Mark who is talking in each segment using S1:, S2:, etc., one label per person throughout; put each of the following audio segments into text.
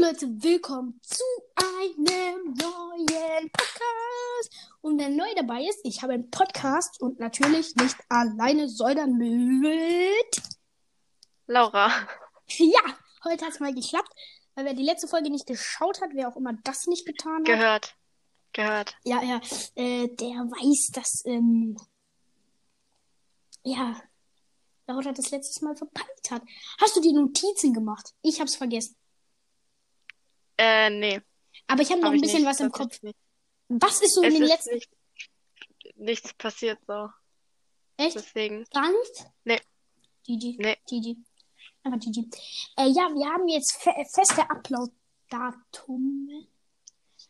S1: Leute, willkommen zu einem neuen Podcast. Und wer neu dabei ist, ich habe einen Podcast und natürlich nicht alleine, sondern mit.
S2: Laura.
S1: Ja, heute hat es mal geklappt, weil wer die letzte Folge nicht geschaut hat, wer auch immer das nicht getan hat.
S2: Gehört. Gehört.
S1: Ja, ja, äh, der weiß, dass, ähm, ja, Laura das letztes Mal verpeilt hat. Hast du dir Notizen gemacht? Ich hab's vergessen.
S2: Äh, nee.
S1: Aber ich habe noch
S2: hab
S1: ein
S2: ich
S1: bisschen
S2: nicht.
S1: was im
S2: Das
S1: Kopf.
S2: ist Nicht.
S1: Was ist so in
S2: Es
S1: den
S2: ist
S1: letzten...
S2: nicht, nichts passiert so.
S1: Echt?
S2: Deswegen.
S1: Gar nicht?
S2: Nee.
S1: Gigi.
S2: Nee.
S1: Gigi. Einfach Gigi. Äh, ja, wir haben jetzt fe äh, feste Upload-Datum.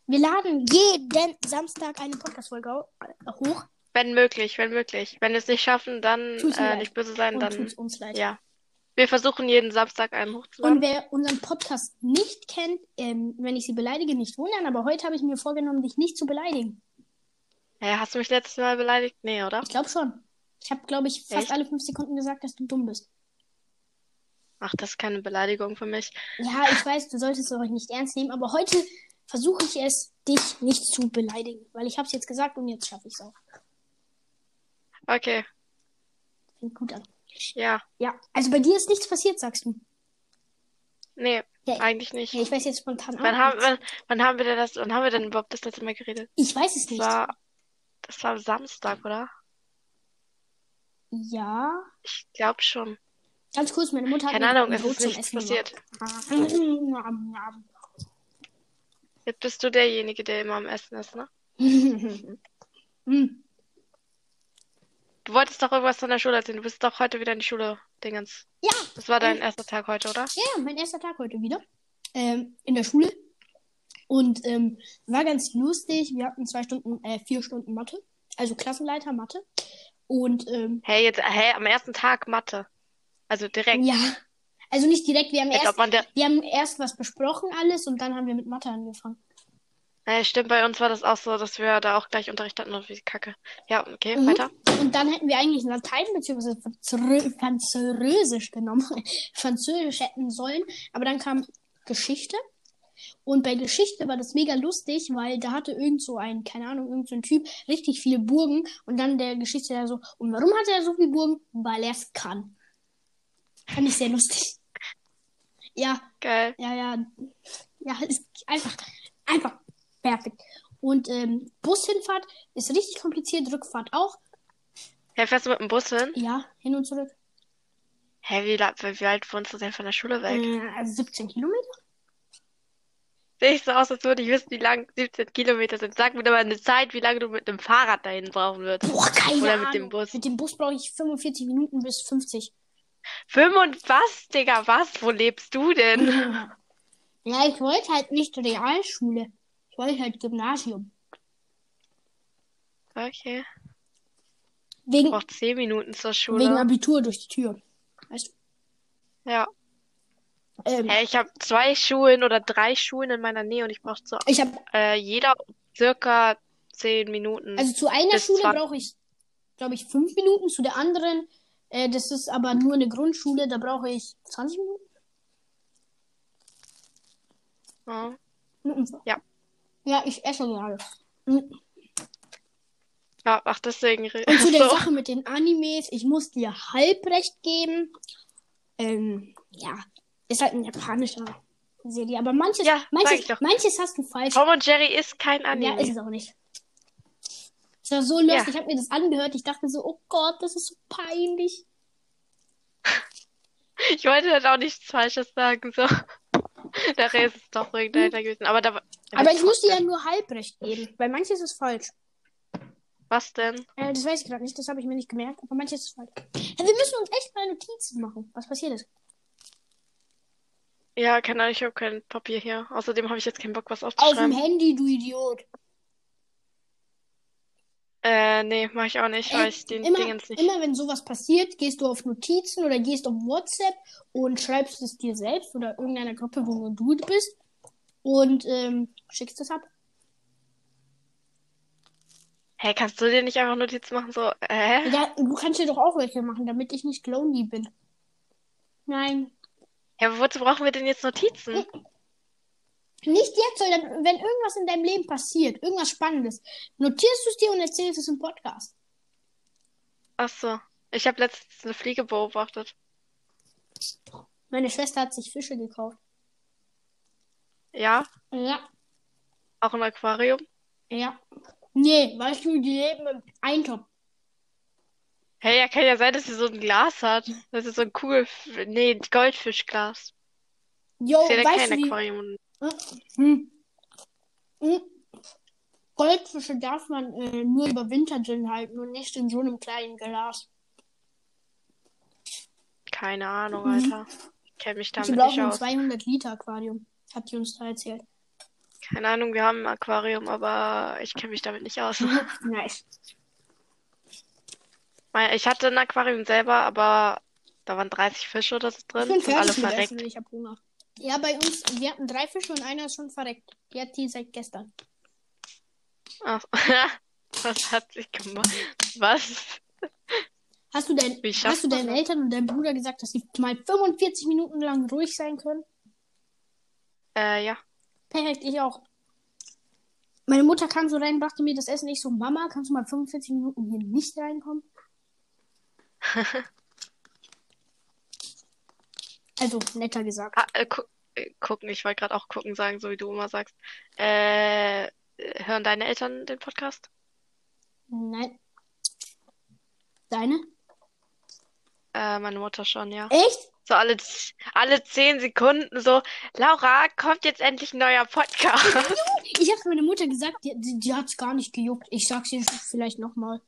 S1: Wir laden jeden Samstag eine Podcast-Folge au- äh, hoch.
S2: Wenn möglich, wenn möglich. Wenn wir es nicht schaffen, dann
S1: Tut's mir
S2: äh,
S1: leid.
S2: nicht böse sein,
S1: Und
S2: dann
S1: tut's uns leid.
S2: ja. Wir versuchen jeden Samstag einen
S1: Und
S2: hochzuladen.
S1: wer unseren Podcast nicht kennt, ähm, wenn ich sie beleidige, nicht wundern. Aber heute habe ich mir vorgenommen, dich nicht zu beleidigen.
S2: Hä, hast du mich letztes Mal beleidigt? Nee, oder?
S1: Ich glaube schon. Ich habe, glaube ich, fast
S2: Echt?
S1: alle fünf Sekunden gesagt, dass du dumm bist.
S2: Ach, das ist keine Beleidigung für mich.
S1: Ja, ich weiß, du solltest es euch nicht ernst nehmen, aber heute versuche ich es, dich nicht zu beleidigen. Weil ich habe es jetzt gesagt und jetzt schaffe ich es auch.
S2: Okay,
S1: Fängt gut an.
S2: ja.
S1: Ja, also bei dir ist nichts passiert, sagst du.
S2: Nee,
S1: Ja,
S2: eigentlich nicht.
S1: Ja, ich weiß jetzt spontan
S2: Wann
S1: auch.
S2: haben,
S1: nichts.
S2: wann, wann haben wir denn das, wann haben wir denn überhaupt das letzte Mal geredet?
S1: Ich weiß es
S2: Das
S1: nicht.
S2: war, das war Samstag, oder?
S1: Ja.
S2: Ich glaube schon.
S1: Ganz kurz, meine Mutter hat
S2: Keine
S1: mir
S2: Ahnung,
S1: ein
S2: es
S1: Brot
S2: ist
S1: zum
S2: nichts
S1: Essen
S2: passiert.
S1: gemacht.
S2: Jetzt bist du derjenige, der immer am Essen ist, ne?
S1: Hm.
S2: Du wolltest doch irgendwas von der Schule erzählen. Du bist doch heute wieder in die Schule, Dingens.
S1: Ja.
S2: Das war dein erster Tag heute, oder?
S1: ja, ja, mein erster Tag heute wieder. Ähm, in der Schule. Und ähm, war ganz lustig. Wir hatten zwei Stunden, äh, vier Stunden Mathe. Also Klassenleiter Mathe. Und ähm,
S2: Hey, jetzt, hey, am ersten Tag Mathe. Also direkt.
S1: ja. Also nicht direkt, wir haben
S2: Als ob
S1: erst,
S2: man der.
S1: wir haben erst was besprochen alles und dann haben wir mit Mathe angefangen.
S2: Äh, stimmt, bei uns war das auch so, dass wir da auch gleich Unterricht hatten und wie kacke. Ja, okay,
S1: Mhm.
S2: weiter.
S1: Und dann hätten wir eigentlich Latein bzw. Franzö- Französisch genommen. Französisch hätten sollen. Aber dann kam Geschichte. Und bei Geschichte war das mega lustig, weil da hatte irgend so ein, keine Ahnung, irgend so ein Typ richtig viele Burgen. Und dann der Geschichtslehrer so, und warum hat er so viele Burgen? Weil er es kann. Fand ich sehr lustig. Ja,
S2: Geil.
S1: ja, ja. Ja, ist einfach, einfach perfekt. Und ähm, Bushinfahrt ist richtig kompliziert, Rückfahrt auch.
S2: Hey, fährst du mit dem Bus hin?
S1: Ja, hin und zurück.
S2: Hey, wie, la- wie weit wohnst du denn von der Schule weg?
S1: Äh, also 17 Kilometer?
S2: Sehe ich so aus, als würde ich wissen, wie lang 17 Kilometer sind. Sag mir doch mal eine Zeit, wie lange du mit dem Fahrrad dahin brauchen würdest.
S1: Boah, keine
S2: Oder
S1: Ahnung.
S2: mit dem Bus.
S1: Mit dem Bus brauche ich 45 Minuten bis 50.
S2: Fünf und was, Digga, was? Wo lebst du denn?
S1: ja, ich wollte halt nicht Realschule. Ich wollte halt Gymnasium.
S2: Okay.
S1: Wegen,
S2: braucht zehn Minuten zur
S1: wegen
S2: Schule.
S1: Abitur durch die Tür. Weißt
S2: Ja.
S1: du? Ähm,
S2: Hey, ich habe zwei Schulen oder drei Schulen in meiner Nähe und ich brauche zu
S1: ich habe,
S2: äh, jeder circa zehn Minuten.
S1: also zu einer
S2: Bis
S1: Schule
S2: 20.
S1: brauche ich, glaube ich, 5 Minuten. Zu der anderen, äh, das ist aber nur eine Grundschule, da brauche ich 20 Minuten.
S2: Ja.
S1: Mhm.
S2: Ja.
S1: Ja, ich esse gerade.
S2: Ja, ach, deswegen. re-
S1: Und zu der
S2: So.
S1: Sache mit den Animes, ich muss dir halbrecht geben. Ähm, ja, ist halt ein japanischer Serie, aber manches,
S2: Ja, sag
S1: manches,
S2: ich doch.
S1: manches hast du falsch.
S2: Tom und Jerry ist kein
S1: ja, also- ist
S2: Anime.
S1: es auch nicht. Es war so lustig,
S2: Ja.
S1: ich habe mir das angehört, ich dachte so, oh Gott, das ist so peinlich.
S2: Ich wollte halt auch nichts Falsches sagen, so. Nachher ist es doch irgendeiner gewesen. Aber da,
S1: Hm. aber ich musste ja nur halbrecht geben, weil manches ist falsch.
S2: was denn?
S1: Äh, das weiß ich gerade nicht, das habe ich mir nicht gemerkt, aber manches ist falsch. Hey, wir müssen uns echt mal Notizen machen. Was passiert ist?
S2: Ja, keine Ahnung, ich habe kein Papier hier. Außerdem habe ich jetzt keinen Bock, was
S1: Auf dem
S2: aufzuschreiben.
S1: Handy, du Idiot.
S2: Äh, nee, mache ich auch nicht, weil
S1: Ey,
S2: ich den
S1: immer,
S2: Dingens nicht.
S1: immer wenn sowas passiert, gehst du auf Notizen oder gehst auf WhatsApp und schreibst es dir selbst oder irgendeiner Gruppe, wo du bist und ähm, schickst es ab.
S2: Hey, kannst du dir nicht einfach Notizen machen, so, äh?
S1: Ja, du kannst dir doch auch welche machen, damit ich nicht lonely bin. Nein.
S2: Ja, aber wozu brauchen wir denn jetzt Notizen?
S1: Nicht jetzt, sondern wenn irgendwas in deinem Leben passiert, irgendwas Spannendes, notierst du es dir und erzählst es im Podcast.
S2: Ach so. Ich habe letztens eine Fliege beobachtet.
S1: Meine Schwester hat sich Fische gekauft.
S2: Ja,
S1: Ja,
S2: auch ein Aquarium.
S1: ja. Nee, weißt du, die leben im Eintopf.
S2: Hey, ja, kann ja sein, dass sie so ein Glas hat. Das ist so ein Kugel... Nee, ein Goldfischglas.
S1: Jo,
S2: ist ja dann
S1: Oh, weißt
S2: kein
S1: du, wie,
S2: Aquarium.
S1: Hm. Hm. Goldfische darf man äh, nur über Winter drin halten und nicht in so einem kleinen Glas.
S2: Keine Ahnung,
S1: Mhm.
S2: Alter. Ich kenne mich
S1: Sie
S2: damit nicht
S1: brauchen ein
S2: aus.
S1: 200 Liter Aquarium, hat die uns da erzählt.
S2: Keine Ahnung, wir haben ein Aquarium, aber ich kenne mich damit nicht aus.
S1: Nice.
S2: Weil Ich hatte ein Aquarium selber, aber da waren 30 Fische oder so
S1: Ich
S2: drin
S1: bin
S2: und
S1: fertig
S2: alle
S1: mit Essen,
S2: verreckt.
S1: ich hab Hunger. Ja, bei uns, wir hatten drei Fische und einer ist schon verreckt. Die hat die seit gestern.
S2: Ach, was hat sich gemacht? Was?
S1: Hast du, dein,
S2: Wie schafft
S1: hast du
S2: man
S1: deinen
S2: das?
S1: Eltern und deinem Bruder gesagt, dass sie mal 45 Minuten lang ruhig sein können?
S2: Äh, ja.
S1: Perfekt, ich auch. Meine Mutter kam so rein, brachte mir das Essen. Ich so, Mama, kannst du mal 45 Minuten um hier nicht reinkommen? also, netter gesagt.
S2: Ah, äh, gu äh, gucken, ich wollte gerade auch gucken sagen, so wie du immer sagst. Äh, hören deine Eltern den Podcast?
S1: Nein. Deine?
S2: Äh, meine Mutter schon, ja.
S1: Echt?
S2: So alle, z- alle 10 Sekunden so, Laura, kommt jetzt endlich ein neuer Podcast.
S1: Ich hab's meiner Mutter gesagt, die, die, die hat's gar nicht gejuckt. Ich sag's ihr vielleicht nochmal.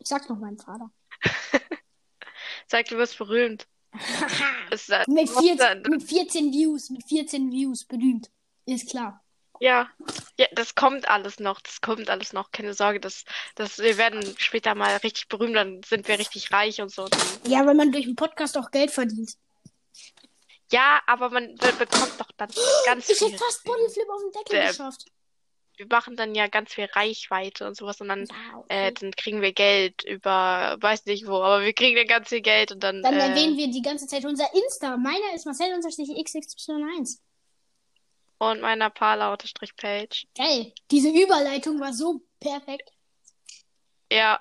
S1: Ich sag's noch meinem Vater.
S2: Sag, du wirst berühmt. Ist, äh,
S1: Mit
S2: was
S1: 14,
S2: denn?
S1: mit 14 Views, mit 14 Views, berühmt. Ist klar.
S2: Ja. ja, das kommt alles noch, das kommt alles noch. Keine Sorge, das, das, wir werden später mal richtig berühmt, dann sind wir richtig reich und so.
S1: Ja, weil man durch den Podcast auch Geld verdient.
S2: Ja, aber man be- bekommt doch dann ganz
S1: Ich
S2: viel.
S1: hätte fast Bodyflip auf den Deckel
S2: Der-
S1: geschafft.
S2: Wir machen dann ja ganz viel Reichweite und sowas und dann,
S1: Ja, okay.
S2: äh, dann kriegen wir Geld über, weiß nicht wo, aber wir kriegen dann ganz viel Geld und dann,
S1: Dann
S2: äh,
S1: erwähnen wir die ganze Zeit unser Insta. Meiner ist Marcel unterstrich xx1.
S2: und meiner Parla-Page.
S1: Geil. Diese Überleitung war so perfekt.
S2: Ja.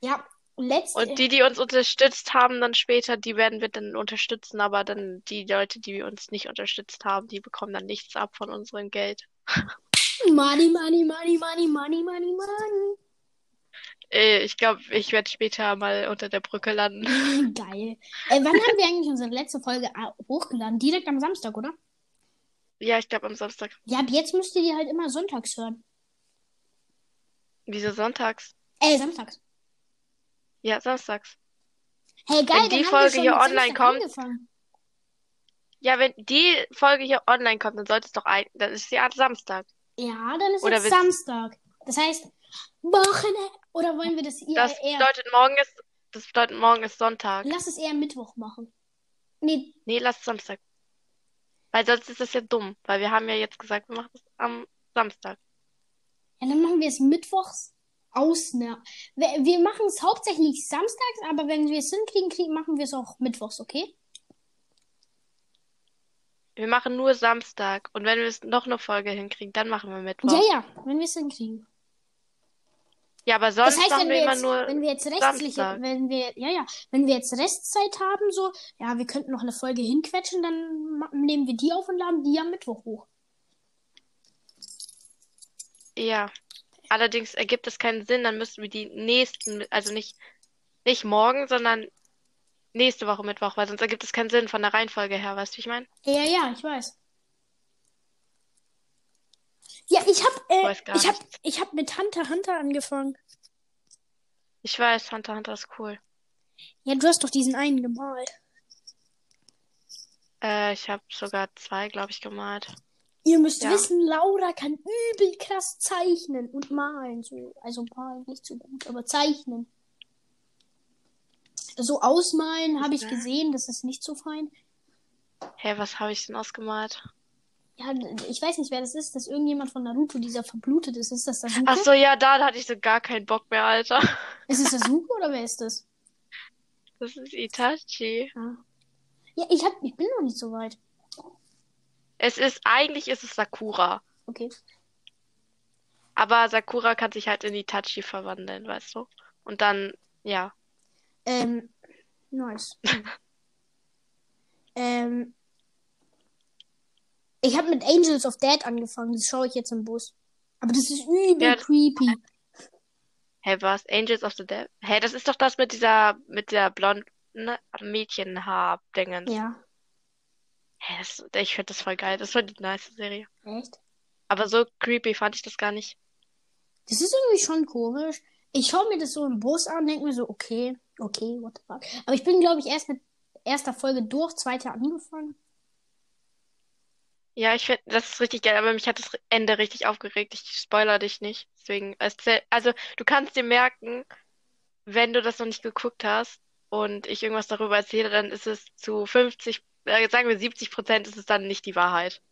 S1: Ja, letzte.
S2: Und die, die uns unterstützt haben, dann später, die werden wir dann unterstützen, aber dann die Leute, die uns nicht unterstützt haben, die bekommen dann nichts ab von unserem Geld.
S1: money, money, money, money, money, money, money.
S2: Äh, Ich glaube, ich werde später mal unter der Brücke landen.
S1: Geil. Äh, wann haben wir eigentlich unsere letzte Folge ah, hochgeladen? Direkt am Samstag, oder?
S2: Ja, ich glaube am Samstag.
S1: Ja, ab jetzt müsst ihr die halt immer sonntags hören.
S2: Wieso sonntags?
S1: Äh, samstags.
S2: Ja, samstags.
S1: Hey, geil,
S2: Wenn die
S1: dann haben wir
S2: Folge
S1: schon
S2: hier
S1: mit
S2: online
S1: Samstag
S2: kommt-
S1: angefangen.
S2: Ja, wenn die Folge hier online kommt, dann sollte es doch ein, dann ist ja Samstag.
S1: Ja, dann ist
S2: Oder
S1: jetzt
S2: willst-
S1: Samstag. Das heißt, Wochenende. Oder wollen wir das eher,
S2: Das
S1: eher
S2: bedeutet, morgen ist, das bedeutet, morgen ist Sonntag.
S1: Lass es eher Mittwoch machen. Nee,
S2: Nee, lass Samstag. Weil sonst ist das ja dumm, weil wir haben ja jetzt gesagt, wir machen es am Samstag.
S1: ja, dann machen wir es mittwochs ausnahme. Wir, wir machen es hauptsächlich samstags, aber wenn wir es hinkriegen, kriegen, machen wir es auch mittwochs, okay?
S2: Wir machen nur Samstag. Und wenn wir es noch eine Folge hinkriegen, dann machen wir Mittwoch.
S1: Ja,
S2: Ja,
S1: ja, wenn wir es hinkriegen.
S2: aber sonst
S1: Das heißt, wenn
S2: machen wir
S1: wir,
S2: immer
S1: jetzt,
S2: nur.
S1: wenn wir jetzt restliche,
S2: Samstag.
S1: wenn wir, ja, ja, wenn wir jetzt Restzeit haben, so, ja, wir könnten noch eine Folge hinquetschen, dann ma- nehmen wir die auf und laden die am Mittwoch hoch.
S2: Ja. Allerdings ergibt es keinen Sinn, dann müssten wir die nächsten, also nicht, nicht morgen, sondern nächste Woche Mittwoch, weil sonst ergibt es keinen Sinn von der Reihenfolge her, weißt du, wie ich meine?
S1: Ja, ja, ich weiß. Ja, ich hab, äh,
S2: Weiß gar
S1: ich hab, ich hab mit Hunter Hunter angefangen.
S2: Ich weiß, Hunter x Hunter ist cool.
S1: Ja, du hast doch diesen einen gemalt.
S2: Äh, ich habe sogar zwei, glaube ich, gemalt.
S1: Ihr müsst
S2: Ja.
S1: wissen, Laura kann übel krass zeichnen und malen. So. Also malen nicht so gut, aber zeichnen. So ausmalen habe ich
S2: Ja.
S1: gesehen, das ist nicht so fein.
S2: Hä, hey, was habe ich denn ausgemalt?
S1: Ja, ich weiß nicht, wer das ist. Das ist irgendjemand von Naruto, dieser verblutet ist. Ist das Sasuke?
S2: Ach so, ja, da hatte ich so gar keinen Bock mehr, Alter.
S1: Ist es Sasuke oder wer ist das?
S2: Das ist Itachi.
S1: Ja, ich, hab, ich bin noch nicht so weit.
S2: Es ist, eigentlich ist es Sakura.
S1: Okay.
S2: Aber Sakura kann sich halt in Itachi verwandeln, weißt du? Und dann, ja.
S1: Ähm, nice. ähm, ich habe mit Angels of Dead angefangen. Das schaue ich jetzt im Bus. Aber das ist übel
S2: Ja, das-
S1: creepy.
S2: Hä, hey, was? Angels of the Dead? Hä, hey, das ist doch das mit dieser, mit der blonden Mädchenhaar-Dingens. Hä,
S1: Ja,
S2: hey, das, ich finde das voll geil. Das war die nice Serie.
S1: echt?
S2: Aber so creepy fand ich das gar nicht.
S1: Das ist irgendwie schon komisch. Ich schaue mir das so im Bus an, denke mir so, okay, okay, what the fuck. Aber ich bin, glaube ich, erst mit erster Folge durch, zweite angefangen.
S2: Ja, ich finde, das ist richtig geil, aber mich hat das Ende richtig aufgeregt. Ich spoiler dich nicht. Deswegen, erzähl- also, du kannst dir merken, wenn du das noch nicht geguckt hast und ich irgendwas darüber erzähle, dann ist es zu 50, äh, sagen wir 70 Prozent ist es dann nicht die Wahrheit.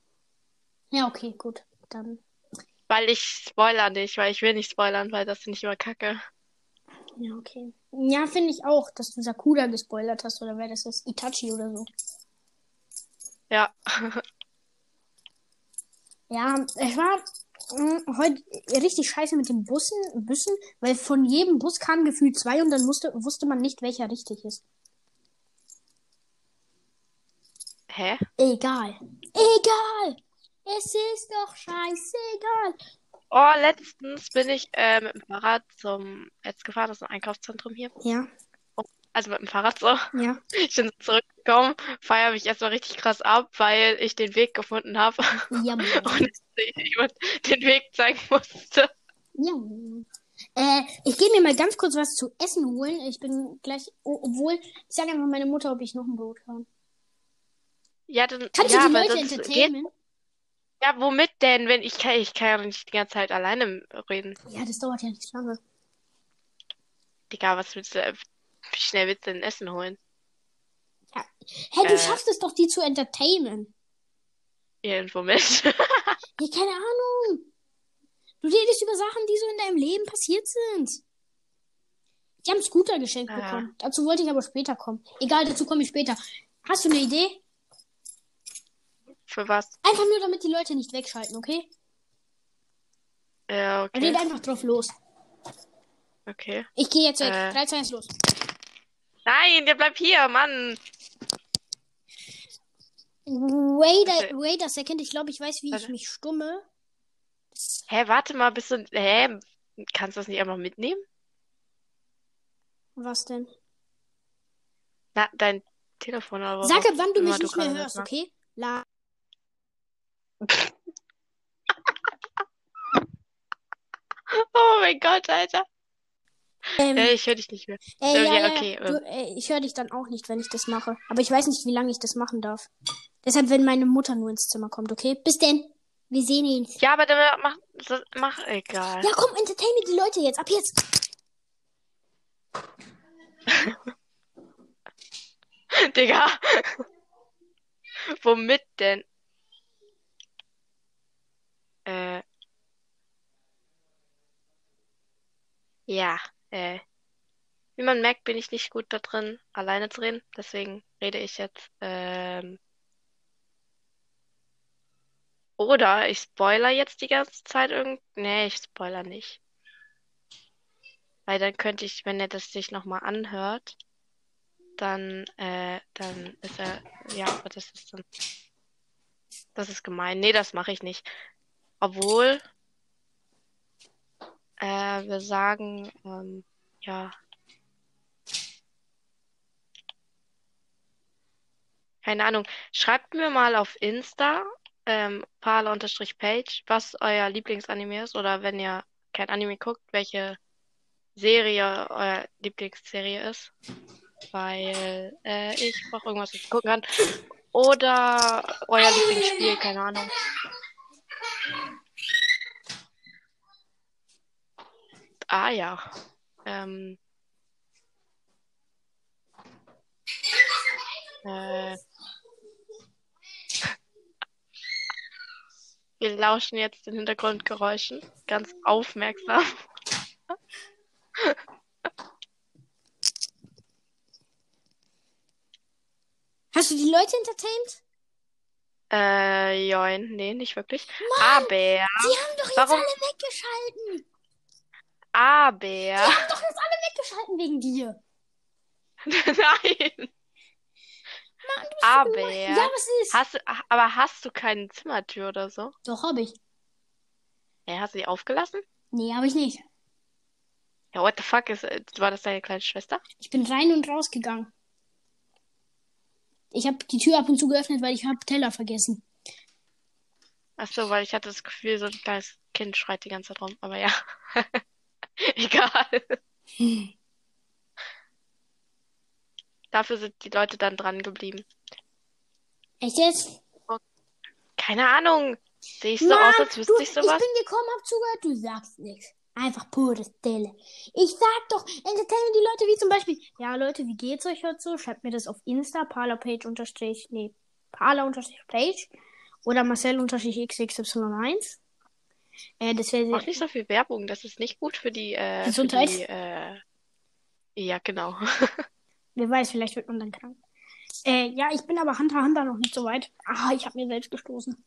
S1: Ja, okay, gut. Dann,
S2: Weil ich spoiler nicht, weil ich will nicht spoilern, weil das finde ich immer kacke.
S1: ja, okay. Ja, finde ich auch, dass du Sakura gespoilert hast oder wäre das jetzt Itachi oder so.
S2: Ja.
S1: Ja, ich war mm, heute richtig scheiße mit den Bussen, Bussen, weil von jedem Bus kamen gefühlt zwei und dann musste, wusste man nicht, welcher richtig ist.
S2: Hä?
S1: Egal. Egal. Es ist doch scheißegal.
S2: Oh, letztens bin ich äh, mit dem Fahrrad zum jetzt gefahren, das ist ein Einkaufszentrum hier.
S1: Ja,
S2: Also mit dem Fahrrad so.
S1: ja.
S2: Ich bin zurückgekommen, feier mich erstmal richtig krass ab, weil ich den Weg gefunden habe
S1: Ja, Mann.
S2: und jemand den Weg zeigen musste.
S1: ja. Mann. Äh, ich gehe mir mal ganz kurz was zu essen holen. Ich bin gleich, o- obwohl, ich sage einfach meiner Mutter, ob ich noch ein Brot habe.
S2: Ja, dann,
S1: Kannst
S2: ja,
S1: du die
S2: weil
S1: Leute
S2: sonst geht,
S1: entertainen?
S2: ja, womit denn, wenn ich kann, ich kann ja nicht die ganze Zeit alleine reden.
S1: Ja, das dauert ja nicht lange.
S2: Digga, was willst du, äh, wie schnell willst du denn Essen holen?
S1: Hä, du
S2: Äh.
S1: schaffst es doch, die zu entertainen.
S2: Irgendwo mit.
S1: Ja, keine Ahnung. Du redest über Sachen, die so in deinem Leben passiert sind. Ich habe einen Scooter geschenkt
S2: Ah.
S1: bekommen. Dazu wollte ich aber später kommen. Egal, dazu komme ich später. Hast du eine Idee?
S2: Für was?
S1: Einfach nur, damit die Leute nicht wegschalten, okay?
S2: Ja, okay,
S1: Red einfach drauf los.
S2: okay.
S1: Ich gehe jetzt weg.
S2: Äh.
S1: 3, 2, 1, los.
S2: Nein, der bleibt hier, Mann.
S1: Wait
S2: Okay.
S1: a, wait a second. Ich glaube, ich weiß, wie ich
S2: Warte.
S1: mich stumme.
S2: Hä, warte mal, bist du, hä, kannst du das nicht einfach mitnehmen?
S1: Was denn?
S2: Na, dein Telefon oder was?
S1: Sag ab, wann du
S2: Oh, immer
S1: mich
S2: du
S1: nicht mehr
S2: gerade
S1: hörst,
S2: mitmachst.
S1: okay? La.
S2: Oh mein Gott, Alter.
S1: Ähm,
S2: Äh, ich höre dich nicht mehr.
S1: Äh,
S2: Äh,
S1: ja,
S2: ja,
S1: ja,
S2: okay,
S1: Du, äh, ich höre dich dann auch nicht, wenn ich das mache. Aber ich weiß nicht, wie lange ich das machen darf. Deshalb, wenn meine Mutter nur ins Zimmer kommt, okay? Bis denn. Wir sehen uns.
S2: Ja, aber dann mach, so- mach egal.
S1: Ja, komm, entertaine die Leute jetzt. Ab jetzt.
S2: Digga. Womit denn? Äh. Ja, äh. Wie man merkt, bin ich nicht gut da drin, alleine zu reden. Deswegen rede ich jetzt. Ähm. Oder ich spoiler jetzt die ganze Zeit irgend. Nee, ich spoiler nicht. Weil dann könnte ich, wenn er das sich nochmal anhört. Dann, äh, dann ist er, ja, aber das ist dann, das ist gemein. Nee, das mache ich nicht. Obwohl, äh, wir sagen, ähm, ja. Keine Ahnung. Schreibt mir mal auf Insta, ähm, parler-page, was euer Lieblingsanime ist oder wenn ihr kein Anime guckt, welche Serie euer Lieblingsserie ist weil äh, ich brauche irgendwas, was ich gucken kann. Oder euer Lieblingsspiel, keine Ahnung. Ah ja. Ähm. Äh. Wir lauschen jetzt den Hintergrundgeräuschen ganz aufmerksam.
S1: Hast du die Leute entertained?
S2: Äh, join, nee, nicht wirklich. Aber,
S1: Sie haben doch jetzt
S2: Warum?
S1: alle weggeschalten.
S2: aber,
S1: Sie haben doch jetzt alle weggeschalten wegen dir.
S2: nein.
S1: Mann, du bist so
S2: Aber,
S1: gemein. Ja, was ist?
S2: hast du, aber hast du keine Zimmertür oder so?
S1: Doch, hab ich.
S2: Hä, hast du die aufgelassen?
S1: Nee, hab ich nicht.
S2: Ja, what the fuck, ist, äh, war das deine kleine Schwester?
S1: Ich bin rein und rausgegangen. Ich habe die Tür ab und zu geöffnet, weil ich habe Teller vergessen.
S2: Ach so, weil ich hatte das Gefühl, so ein kleines Kind schreit die ganze Zeit rum, aber ja. Egal. Dafür sind die Leute dann dran geblieben.
S1: Echt jetzt?
S2: Keine Ahnung. Sehe ich so aus, als wüsste
S1: du,
S2: ich
S1: ich
S2: sowas?
S1: bin gekommen, hab zugehört, du sagst nichts. Einfach pures Stille. Ich sag doch, entertainen die Leute wie zum Beispiel, ja Leute, wie geht's euch heute so? Schreibt mir das auf Insta, parlerpage unterstrich, nee, parler unterstrich page oder marcel unterstrich xxy1. Äh, das wäre
S2: Mach nicht so viel Werbung, das ist nicht gut für die, äh, für
S1: Gesundheit.
S2: die, äh, ja, genau.
S1: Wer weiß, vielleicht wird man dann krank. Äh, ja, ich bin aber Hunter x Hunter noch nicht so weit. Ah, ich habe mir selbst gestoßen.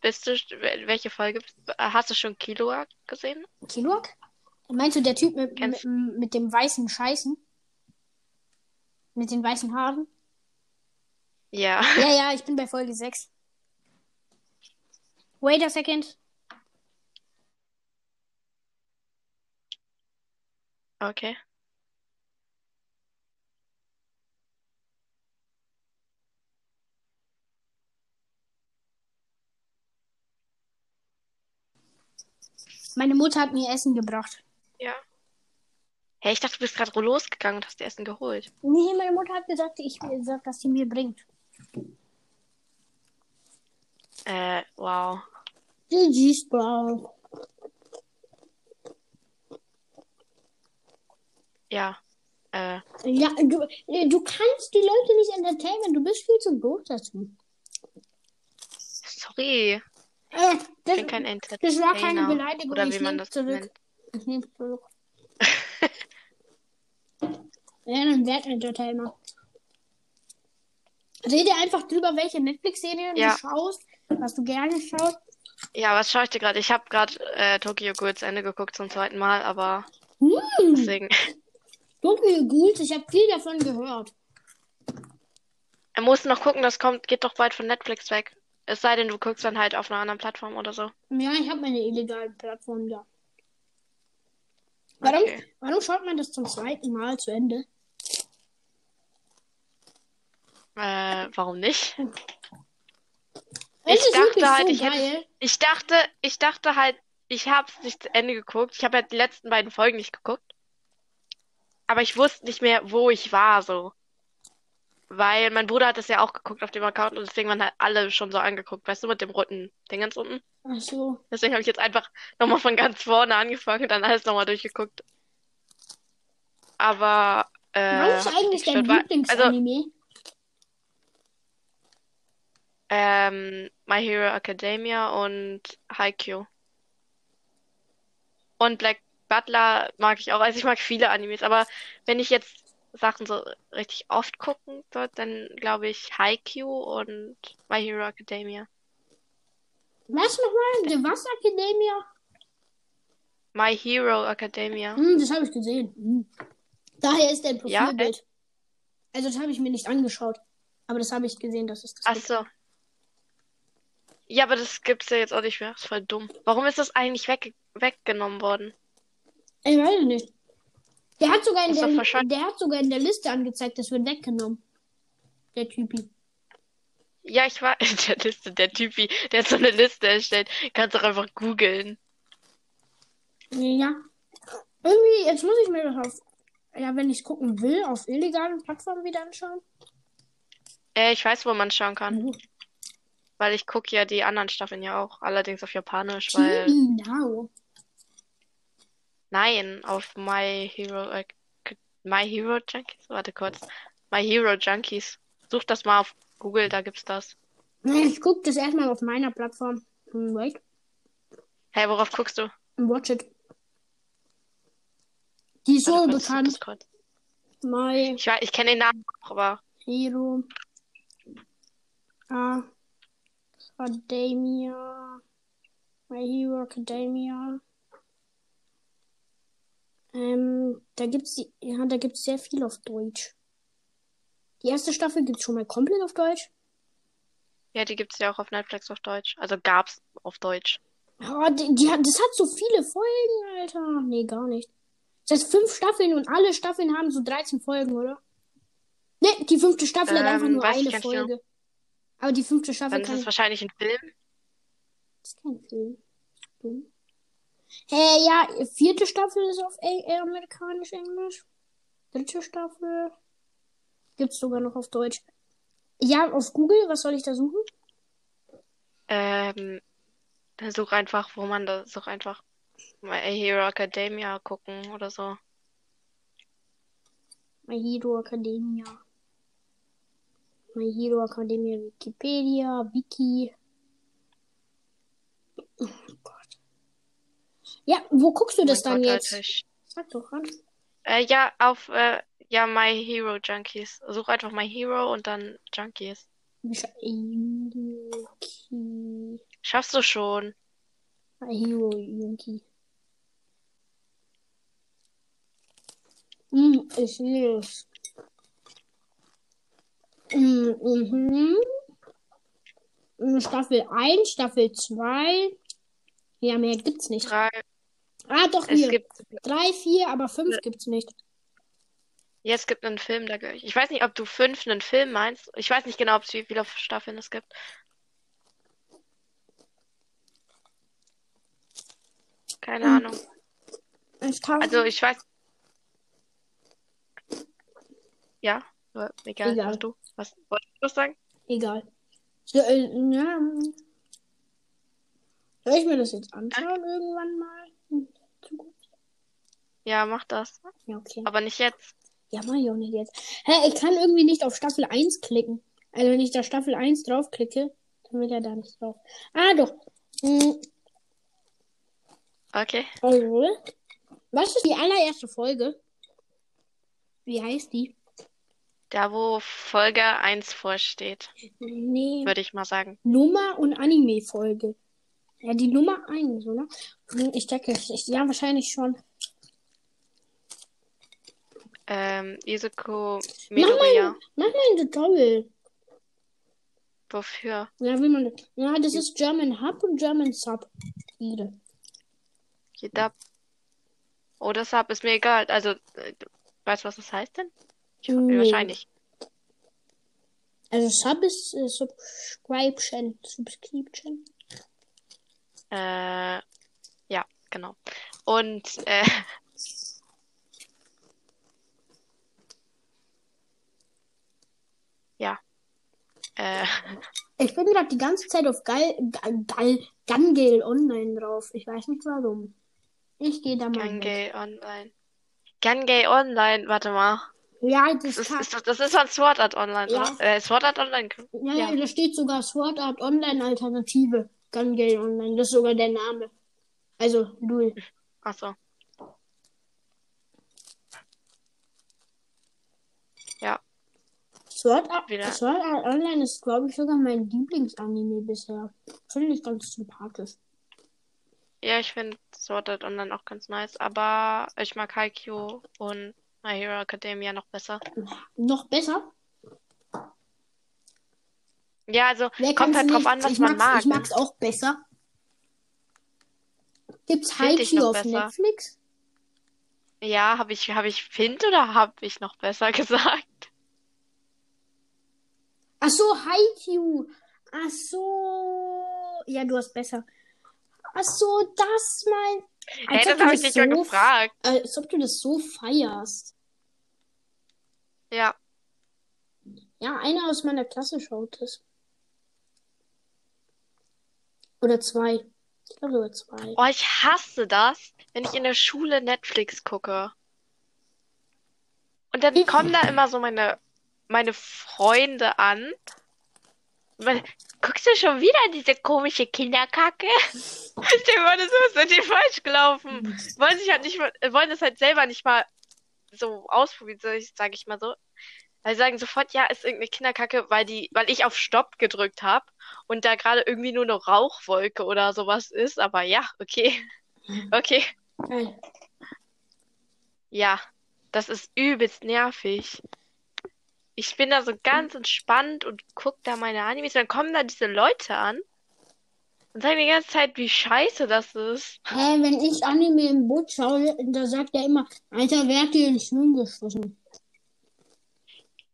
S2: Bist du, welche Folge, äh, hast du schon Kilo gesehen?
S1: Kilurk? Meinst du der Typ mit, mit,
S2: Kennst-
S1: mit dem weißen Scheißen? Mit den weißen Haaren?
S2: Ja.
S1: Ja, ja, ich bin bei Folge 6. Wait a second.
S2: Okay.
S1: Meine Mutter hat mir Essen gebracht.
S2: Ja. Hey, ich dachte, du bist gerade losgegangen und hast dir Essen geholt.
S1: Nee, meine Mutter hat gesagt, ich gesagt, dass sie mir bringt.
S2: Äh, wow.
S1: GG's, Bro.
S2: Ja. Äh,
S1: Ja, du, äh, du kannst die Leute nicht entertainen. Du bist viel zu gut dazu.
S2: sorry.
S1: Äh,
S2: Ich
S1: das,
S2: bin kein
S1: das war keine
S2: Entertainer.
S1: Beleidigung.
S2: Oder
S1: ich
S2: wie man
S1: nehme
S2: das
S1: zurück.
S2: nennt.
S1: Ich nehme zurück. Ja, dann werd Entertainer. Rede einfach drüber, welche Netflix-Serien
S2: Ja.
S1: du schaust, was du gerne schaust.
S2: Ja, was schaue ich dir gerade? Ich habe gerade äh, Tokyo Ghoul zu Ende geguckt zum zweiten Mal, aber
S1: Hm.
S2: deswegen.
S1: Dunkel Ghouls, ich habe viel davon gehört.
S2: Er muss noch gucken, das kommt, geht doch bald von Netflix weg. Es sei denn, du guckst dann halt auf einer anderen Plattform oder so.
S1: Ja, ich habe meine illegalen Plattformen da. Warum,
S2: Okay.
S1: warum schaut man das zum zweiten Mal zu Ende?
S2: Äh, warum nicht?
S1: Es
S2: Ich
S1: ist
S2: dachte
S1: wirklich
S2: halt,
S1: so
S2: ich hätte-
S1: geil.
S2: Ich dachte, ich dachte halt, ich habe es nicht zu Ende geguckt. Ich habe ja die letzten beiden Folgen nicht geguckt. Aber ich wusste nicht mehr, wo ich war, so. Weil mein Bruder hat es ja auch geguckt auf dem Account und deswegen waren halt alle schon so angeguckt, weißt du, mit dem roten Ding ganz unten.
S1: Ach so.
S2: Deswegen habe ich jetzt einfach nochmal von ganz vorne angefangen und dann alles nochmal durchgeguckt. Aber, äh,
S1: Warum ist
S2: hat mich
S1: eigentlich dein
S2: gestört, weil- also,
S1: Lieblingsanime?
S2: ähm, My Hero Academia und Haikyuu. Und Black Butler mag ich auch. Also ich mag viele Animes, aber wenn ich jetzt Sachen so richtig oft gucken soll, dann glaube ich Haikyuu und My Hero Academia.
S1: Was nochmal? The Was Academia?
S2: My Hero Academia.
S1: Hm, das habe ich gesehen. Hm. Daher ist dein
S2: Ja,
S1: Profilbild. also das habe ich mir nicht angeschaut. Aber das habe ich gesehen, dass es das
S2: Ach
S1: gibt.
S2: so. Ja, aber das gibt's ja jetzt auch nicht mehr. Ist voll dumm. Warum ist das eigentlich weg weggenommen worden?
S1: Ich weiß es nicht. Der hat, sogar in
S2: Ist doch
S1: der,
S2: verschwunden.
S1: der hat sogar in der Liste angezeigt, das wird weggenommen. Der Typi.
S2: Ja, ich war in der Liste, der Typi, der hat so eine Liste erstellt. Kannst doch einfach googeln.
S1: Ja. Irgendwie, jetzt muss ich mir das auf, ja, wenn ich gucken will, auf illegalen Plattformen wieder anschauen.
S2: Äh, ich weiß, wo man schauen kann,
S1: Mhm.
S2: weil ich gucke ja die anderen Staffeln ja auch, allerdings auf Japanisch, weil
S1: Kiwi Now.
S2: nein, auf My Hero Ac- My Hero Junkies. Warte kurz. My Hero Junkies. Such das mal auf Google, da gibt's das.
S1: Ich gucke das erstmal auf meiner Plattform. Hm, Wait.
S2: Hey, worauf guckst du?
S1: Watch it. Die ist so
S2: Warte kurz, such das
S1: bekannt.
S2: kurz.
S1: My
S2: Ich weiß, ich kenne den Namen auch, aber
S1: Hero. Ah. Academia. My Hero Academia. Ähm, da gibt's die- ja, da gibt's sehr viel auf Deutsch. Die erste Staffel gibt's schon mal komplett auf Deutsch.
S2: Ja, die gibt's ja auch auf Netflix auf Deutsch. Also gab's auf Deutsch.
S1: Oh, die, die hat, das hat so viele Folgen, Alter. Nee, gar nicht. Das heißt fünf Staffeln und alle Staffeln haben so 13 Folgen, oder? Nee, die fünfte Staffel hat
S2: Ähm,
S1: einfach nur
S2: weiß ich
S1: eine
S2: gar nicht
S1: Folge. Aber die fünfte Staffel
S2: Dann ist
S1: kann
S2: es wahrscheinlich ein Film.
S1: Das ist kein Film. Dumm. Hey, ja, vierte Staffel ist auf Eng- äh, amerikanisch-englisch. Dritte Staffel gibt's sogar noch auf Deutsch. Ja, auf Google, was soll ich da suchen?
S2: Ähm, dann such einfach, wo man das, such einfach My Hero Academia gucken oder so.
S1: My Hero Academia. My Hero Academia Wikipedia, Wiki. Oh Gott. Ja, wo guckst du das dann
S2: Mein Gott,
S1: jetzt?
S2: Alter, ich-
S1: Sag doch an.
S2: Äh, ja, auf äh, ja, My Hero Junkies. Such einfach My Hero und dann Junkies.
S1: Wiki.
S2: Schaffst du schon.
S1: My Hero Yuki. Mm, ich sehe es. Mm, Mhm. Mm, Staffel 1, Staffel 2. Ja, mehr gibt's nicht.
S2: Drei.
S1: Ah, doch,
S2: Es
S1: hier.
S2: gibt, Ne.
S1: 3, 4, aber 5 gibt's nicht.
S2: ja, es gibt einen Film, da gehöre ich. Ich weiß nicht, ob du fünf einen Film meinst. Ich weiß nicht genau, ob es wie viele Staffeln es gibt. Keine
S1: Hm.
S2: Ahnung.
S1: Ich kann
S2: Also ich weiß. Ja, aber egal,
S1: Egal.
S2: mach du. Was wolltest du was sagen?
S1: Egal. So, äh, ja. Soll ich mir das jetzt anschauen irgendwann mal? Hm, zu gut.
S2: Ja, mach das.
S1: Ja, okay.
S2: Aber nicht jetzt.
S1: Ja, mach ich auch nicht jetzt. Hä, ich kann irgendwie nicht auf Staffel 1 klicken. Also wenn ich da Staffel 1 draufklicke, dann wird er da nicht drauf. Ah, doch. Hm,
S2: Okay.
S1: also, was ist die allererste Folge? Wie heißt die?
S2: Da, wo Folge 1 vorsteht,
S1: Nee.
S2: würde ich mal sagen.
S1: Nummer und Anime-Folge. Ja, die Nummer 1, oder? Hm, Ich denke, ich, ich, ja, wahrscheinlich schon.
S2: Ähm, Izuku
S1: Mach
S2: Midoriya.
S1: Mach mal ein Tutorial.
S2: Wofür?
S1: Ja, wie man. Ja, das ist German Hub und German Sub. Jede.
S2: Jidab. Oh, das Sub ist mir egal. Also, äh, du- weißt du, was das heißt denn? Ich,
S1: Nee.
S2: Wahrscheinlich.
S1: Also Sub ist äh, Subscription. Subscription.
S2: Äh, ja, genau. Und, äh, ja. Äh,
S1: Ich bin gerade die ganze Zeit auf Gal Gal Gal Gangale Online drauf. Ich weiß nicht warum. Ich gehe da mal. mit.
S2: Gangay Online. Gangay Online, warte mal.
S1: Ja, das
S2: Das
S1: kann,
S2: ist, ist, das ist von Sword Art Online,
S1: Ja.
S2: oder? Äh, Sword Art Online.
S1: ja,
S2: ja.
S1: ja, da steht sogar Sword Art Online Alternative. Gangale Online, das ist sogar der Name. Also, null.
S2: Achso. Ja.
S1: Sword Art,
S2: Wieder.
S1: Sword Art Online ist, glaube ich, sogar mein Lieblingsanime bisher. Finde ich ganz sympathisch.
S2: Ja, ich finde Sword Art Online auch ganz nice, aber ich mag Haikyuu und My Hero Academia noch besser.
S1: Noch besser?
S2: Ja, also
S1: Wer
S2: kommt
S1: kann's
S2: halt drauf
S1: nicht?
S2: an, was
S1: ich
S2: man
S1: mag's,
S2: mag.
S1: Ich mag's auch besser. Gibt's
S2: Find ich
S1: Haikyuu
S2: noch
S1: auf
S2: besser.
S1: Netflix?
S2: ja, habe ich, hab ich Find oder habe ich noch besser gesagt?
S1: Ach so, Haikyuu. Ach so. Ja, du hast besser. Ach so, das mein.
S2: Hey, das habe ich dich mal gefragt.
S1: Als ob du das so feierst.
S2: Ja,
S1: Ja, einer aus meiner Klasse schaut das. Oder zwei. Ich glaube sogar zwei.
S2: oh, ich hasse das, wenn ich in der Schule Netflix gucke. Und dann kommen da immer so meine, meine Freunde an. Weil, guckst du schon wieder diese komische Kinderkacke? Ich denke mal, das ist mit dir falsch gelaufen. Wollen sich halt nicht, mal- äh, wollen das halt selber nicht mal so ausprobieren, sag ich, sag ich mal so. Weil sie sagen sofort, ja, ist irgendeine Kinderkacke, weil die, weil ich auf Stopp gedrückt habe. und da gerade irgendwie nur eine Rauchwolke oder sowas ist, aber ja, okay. Okay,
S1: Geil.
S2: ja. Das ist übelst nervig. Ich bin da so ganz entspannt und guck da meine Animes. Dann kommen da diese Leute an und sagen die ganze Zeit, wie scheiße das ist.
S1: Hä, wenn ich Anime im Boot schaue, da sagt er immer, Alter, wer hat dir ins Hirn geschossen?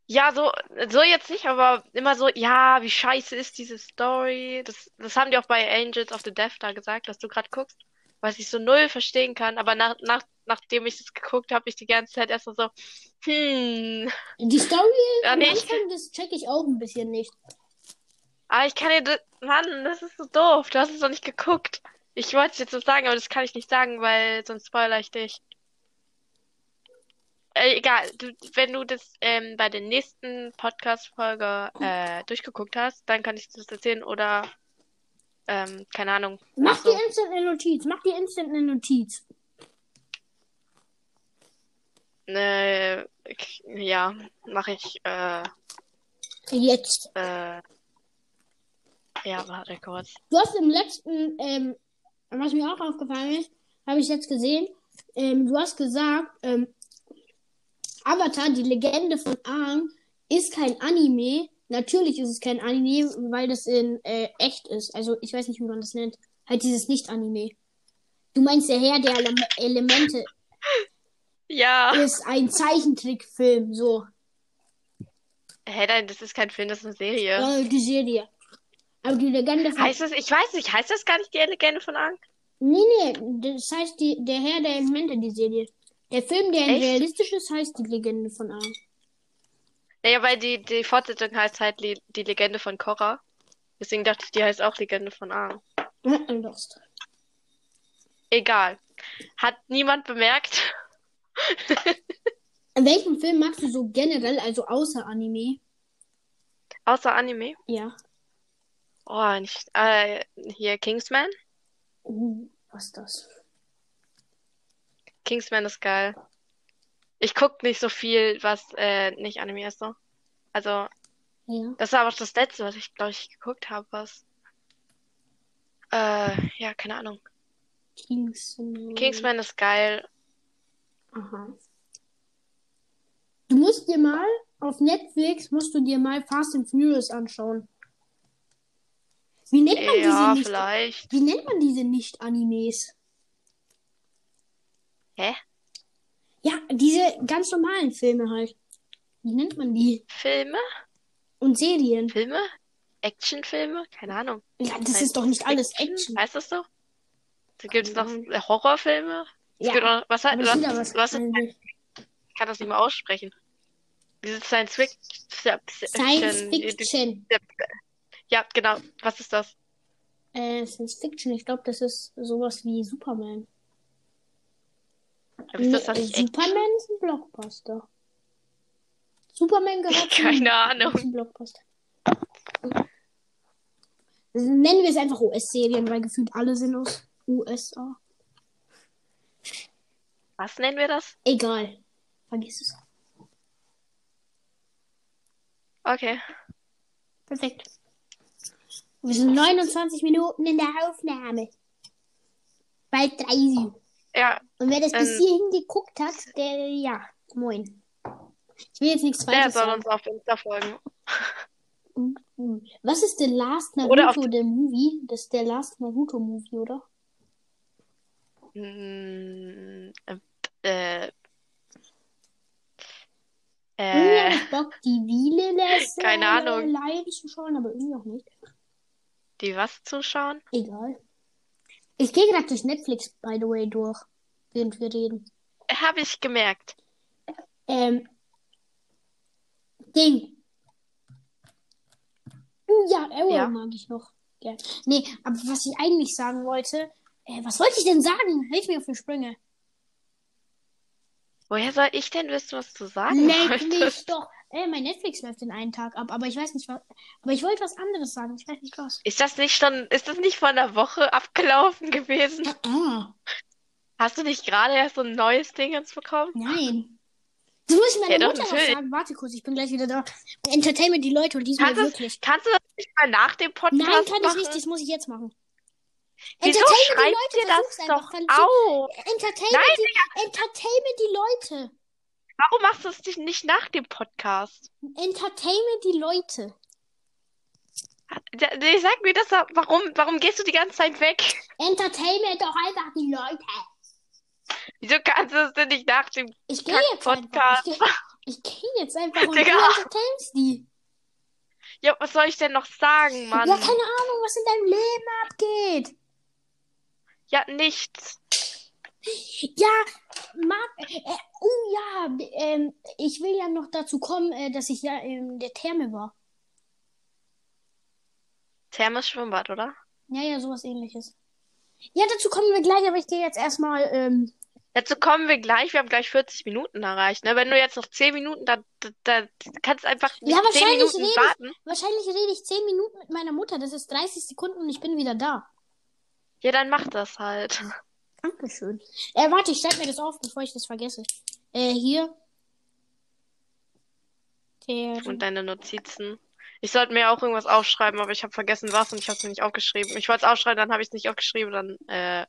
S2: Ja, so, so jetzt nicht, aber immer so, ja, wie scheiße ist diese Story? Das, das haben die auch bei Angels of the Death da gesagt, dass du gerade guckst, was ich so null verstehen kann. Aber nach, nach, nachdem ich das geguckt habe, ich die ganze Zeit erst mal so, hm.
S1: Die Story
S2: Ja,
S1: am
S2: nee, ich,
S1: Anfang, das check ich auch ein bisschen nicht.
S2: ah, ich kann dir, das, Mann, das ist so doof, du hast es doch nicht geguckt. Ich wollte es jetzt so sagen, aber das kann ich nicht sagen, weil sonst spoiler ich dich. Äh, egal, du, wenn du das ähm, bei der nächsten Podcast-Folge äh, durchgeguckt hast, dann kann ich dir das erzählen oder ähm, keine Ahnung.
S1: Mach
S2: so.
S1: dir instant eine Notiz, mach dir instant eine Notiz.
S2: Äh, ich- ja, mache ich. Äh,
S1: Jetzt.
S2: äh, ja, warte kurz.
S1: Du hast im letzten, ähm, was mir auch aufgefallen ist, habe ich jetzt gesehen, ähm, du hast gesagt, ähm, Avatar, die Legende von Aang, ist kein Anime. Natürlich ist es kein Anime, weil das in äh, echt ist. Also ich weiß nicht, wie man das nennt. Halt dieses Nicht-Anime. Du meinst, der Herr der Ele Elemente
S2: Ja.
S1: ist ein Zeichentrickfilm, so.
S2: Hey, nein, das ist kein Film, das ist eine Serie.
S1: Äh, die Serie. Aber die Legende von
S2: Heißt das, ich weiß nicht, heißt das gar nicht die Legende von Aang?
S1: Nee, nee, das heißt die, der Herr der Elemente, die Serie. Der Film, der
S2: Echt?
S1: realistisch ist, heißt die Legende von Aang.
S2: Naja, weil die, die Fortsetzung heißt halt die, die Legende von Korra. Deswegen dachte ich, die heißt auch Legende von Aang.
S1: Lost.
S2: Egal. Hat niemand bemerkt?
S1: An welchem Film magst du so generell, also außer Anime?
S2: Außer Anime.
S1: Ja.
S2: Oh, nicht. Äh, hier Kingsman.
S1: Uh, was ist das?
S2: Kingsman ist geil. Ich guck nicht so viel, was äh, nicht Anime ist, so. Also,
S1: Ja.
S2: das war aber das letzte, was ich, glaube ich, geguckt habe, was. Äh, ja, keine Ahnung.
S1: Kingsman.
S2: Kingsman ist geil.
S1: Aha. Du musst dir mal, auf Netflix musst du dir mal Fast and Furious anschauen. Wie nennt man
S2: Ja,
S1: diese nicht?
S2: vielleicht.
S1: Wie nennt man diese Nicht-Animes?
S2: Hä?
S1: Ja, diese ganz normalen Filme halt. Wie nennt man die?
S2: Filme?
S1: Und Serien.
S2: Filme? Actionfilme? Keine Ahnung.
S1: Ja, das
S2: Nein,
S1: ist doch nicht alles
S2: Action?
S1: Action.
S2: Heißt das so? Da gibt es noch äh,
S1: Ahnung.
S2: Horrorfilme? Es gibt
S1: Ja,
S2: noch, was, hat-
S1: aber das ist wieder was.
S2: was, was,
S1: anderes.
S2: ich kann das nicht mehr aussprechen. Diese Science Fic-
S1: Science
S2: Fiction.
S1: Fiction.
S2: Ja, genau. Was ist das?
S1: Äh, Science Fiction, ich glaube, das ist sowas wie Superman.
S2: Ja, wieso ist das
S1: Nee, also
S2: nicht
S1: Superman ist ein Blockbuster. Superman gehört zu-
S2: Keine Ahnung.
S1: zum Blockbuster. Nennen wir es einfach US-Serien, weil gefühlt alle sind aus USA.
S2: Was nennen wir das?
S1: Egal. Vergiss es.
S2: Okay.
S1: Perfekt. Wir sind 29 Minuten in der Aufnahme. Bald 30.
S2: Ja,
S1: Und wer das bis
S2: Ähm,
S1: hierhin geguckt hat, der, ja, moin. Ich will jetzt nichts
S2: der
S1: Falsches
S2: soll
S1: sagen.
S2: uns auf Insta folgen.
S1: Mhm. Was ist The Last
S2: Oder auf-
S1: Naruto, der Movie? Das ist der Last Naruto Movie, oder?
S2: Hm, äh,
S1: Irgendwie
S2: äh,
S1: habe ich Bock, die Wiele lässt.
S2: Keine Ahnung.
S1: Live zu schauen, aber irgendwie auch nicht.
S2: die was zuschauen?
S1: Egal. Ich gehe gerade durch Netflix, by the way, durch, während wir reden.
S2: Habe ich gemerkt.
S1: Ähm. Ding. Uh, ja, Arrow
S2: Ja.
S1: mag ich noch. Ja. Nee, aber was ich eigentlich sagen wollte. Äh, was wollte ich denn sagen? Hilf mir auf die Sprünge.
S2: Woher soll ich denn wissen, was du sagen
S1: Leck
S2: wolltest?
S1: mich doch. Äh, mein Netflix läuft in einen Tag ab, aber ich weiß nicht was. Aber ich wollte was anderes sagen. Ich weiß nicht was.
S2: Ist das nicht schon, ist das nicht vor einer Woche abgelaufen gewesen?
S1: Ah, ah,
S2: Hast du nicht gerade erst so ein neues Ding jetzt bekommen?
S1: nein. Das muss ich meiner
S2: Ja, doch,
S1: Mutter noch
S2: natürlich.
S1: sagen. Warte kurz, ich bin gleich wieder da. Entertainment die Leute und diesmal
S2: Kannst du-
S1: wirklich.
S2: Kannst du das nicht mal nach dem Podcast
S1: Nein, kann ich
S2: machen?
S1: nicht, das muss ich jetzt machen.
S2: Wieso
S1: Entertainment
S2: schreibt
S1: die
S2: ihr
S1: Leute,
S2: das
S1: versuch's
S2: doch
S1: einfach. Versuch-
S2: auf?
S1: Entertainment,
S2: Nein,
S1: die, Entertainment die Leute.
S2: Warum machst du es dich nicht nach dem Podcast?
S1: Entertainment die Leute.
S2: Ja, nee, Sag mir das, doch, warum, warum gehst du die ganze Zeit weg?
S1: Entertainment doch einfach die Leute.
S2: Wieso kannst du es denn nicht nach dem
S1: Ich gehe
S2: Kack,
S1: jetzt einfach. Ich gehe ich geh jetzt einfach und du
S2: Digga.
S1: entertainst die.
S2: Ja, was soll ich denn noch sagen, Mann?
S1: Ja, keine Ahnung, was in deinem Leben abgeht.
S2: Ja, nichts.
S1: Ja, Marc, äh, oh ja, ähm, ich will ja noch dazu kommen, äh, dass ich ja in der Therme war.
S2: Thermes Schwimmbad, oder?
S1: Ja, ja, sowas ähnliches. Ja, dazu kommen wir gleich, aber ich gehe jetzt erstmal, ähm,
S2: Dazu kommen wir gleich. Wir haben gleich 40 Minuten erreicht. Ne? Wenn du jetzt noch 10 Minuten, da, da, da kannst du einfach
S1: Ja,
S2: 10
S1: wahrscheinlich
S2: Minuten
S1: rede ich-
S2: warten.
S1: wahrscheinlich rede ich 10 Minuten mit meiner Mutter. Das ist 30 Sekunden und ich bin wieder da.
S2: Ja, dann mach das halt.
S1: Dankeschön. Äh, warte, ich schreibe mir das auf, bevor ich das vergesse. Äh, hier. Der...
S2: Und deine Notizen. Ich sollte mir auch irgendwas aufschreiben, aber ich habe vergessen was und ich habe es mir nicht aufgeschrieben. Ich wollte es aufschreiben, dann habe ich es nicht aufgeschrieben, dann äh,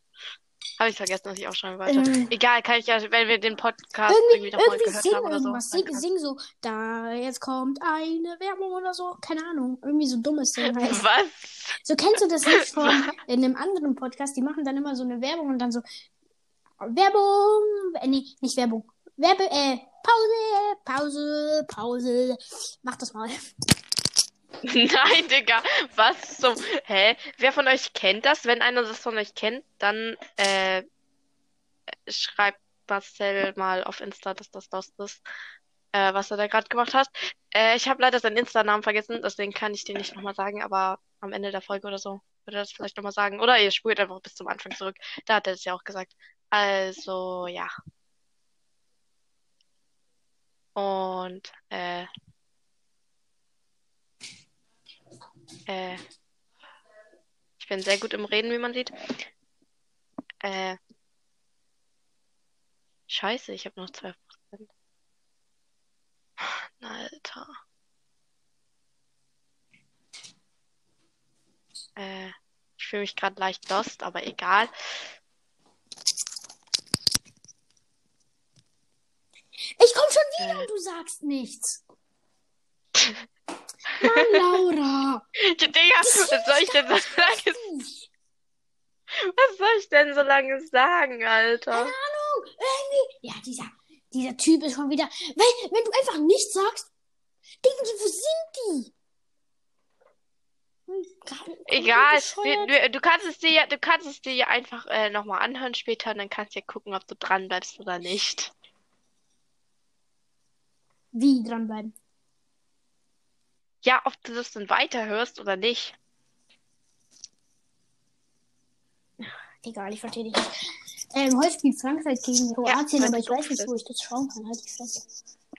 S2: habe ich vergessen, was ich aufschreiben wollte.
S1: Ähm.
S2: Egal, kann ich ja, wenn wir den Podcast irgendwie davor
S1: Irgendwie
S2: gehört
S1: sing
S2: haben oder so.
S1: irgendwas.
S2: dann
S1: Sing,
S2: kann-
S1: sing so, da jetzt kommt eine Werbung oder so. Keine Ahnung. Irgendwie so dummes Ding halt.
S2: Was?
S1: So kennst du das nicht von in einem anderen Podcast? Die machen dann immer so eine Werbung und dann so Werbung, äh, nee, nicht Werbung. Werbe, äh, Pause, Pause, Pause. Mach das mal.
S2: Nein, Digga. Was zum. Hä? Wer von euch kennt das? Wenn einer das von euch kennt, dann äh, schreibt Marcel mal auf Insta, dass das das ist, äh, was er da gerade gemacht hat. Äh, ich habe leider seinen Insta-Namen vergessen, deswegen kann ich den nicht nochmal sagen, aber am Ende der Folge oder so würde er das vielleicht nochmal sagen. Oder ihr spult einfach bis zum Anfang zurück. Da hat er das ja auch gesagt. Also, ja. Und, äh, äh, ich bin sehr gut im Reden, wie man sieht. Äh, scheiße, ich habe noch 12%. Alter. Äh, ich fühle mich gerade leicht lost, aber egal.
S1: Ich komm schon wieder und du sagst nichts. Mann, Laura.
S2: Digga, was soll ich denn so lange,
S1: Ich-
S2: was soll ich denn so lange sagen, Alter?
S1: Ja, dieser, dieser Typ ist schon wieder. Weil, wenn du einfach nichts sagst, denken die, wo sind die? Hm, gar-
S2: Egal,
S1: bescheuert.
S2: wir- wir- du kannst es dir ja, du kannst es dir ja einfach äh, nochmal anhören später und dann kannst du ja gucken, ob du dran bleibst oder nicht.
S1: Wie dranbleiben?
S2: Ja, ob du das dann weiterhörst oder nicht.
S1: Egal, ich verstehe dich nicht. Ähm, heute spielt Frankreich gegen Kroatien,
S2: weil
S1: aber
S2: du
S1: ich weiß
S2: doof
S1: nicht, wo ich das schauen kann. Halt die Fresse.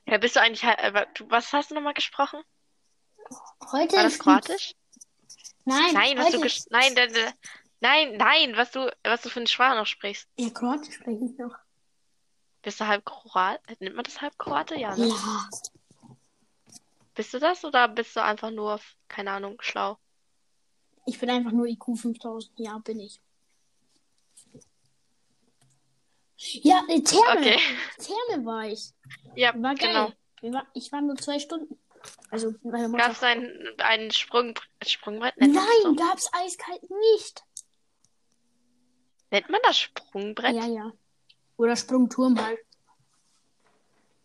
S2: Ja, bist du eigentlich, halt- äh, wa- du, was hast du nochmal gesprochen?
S1: Heute
S2: War das
S1: spielt-
S2: Kroatisch?
S1: Nein,
S2: Nein, was
S1: heute
S2: du ges nein, da- da- nein, nein, was du, was du für eine Sprache noch sprichst.
S1: Ja, Kroatisch spreche ich noch.
S2: Bist du halb Kroat? Nennt man das halb Kroate? Ja, ne?
S1: Ja.
S2: Bist du das oder bist du einfach nur, keine Ahnung, schlau?
S1: Ich bin einfach nur IQ 5000. Ja, bin ich. Ja, äh, Therme.
S2: Okay.
S1: Therme war ich.
S2: Ja,
S1: War geil.
S2: genau.
S1: Wir war, ich war nur zwei Stunden. Also, meine Mutter.
S2: Gab es einen, einen Sprung, Sprungbrett? Nennt man das
S1: Nein,
S2: so?
S1: gab's eiskalt nicht.
S2: Nennt man das Sprungbrett?
S1: Ja, ja. Oder Sprungturm halt.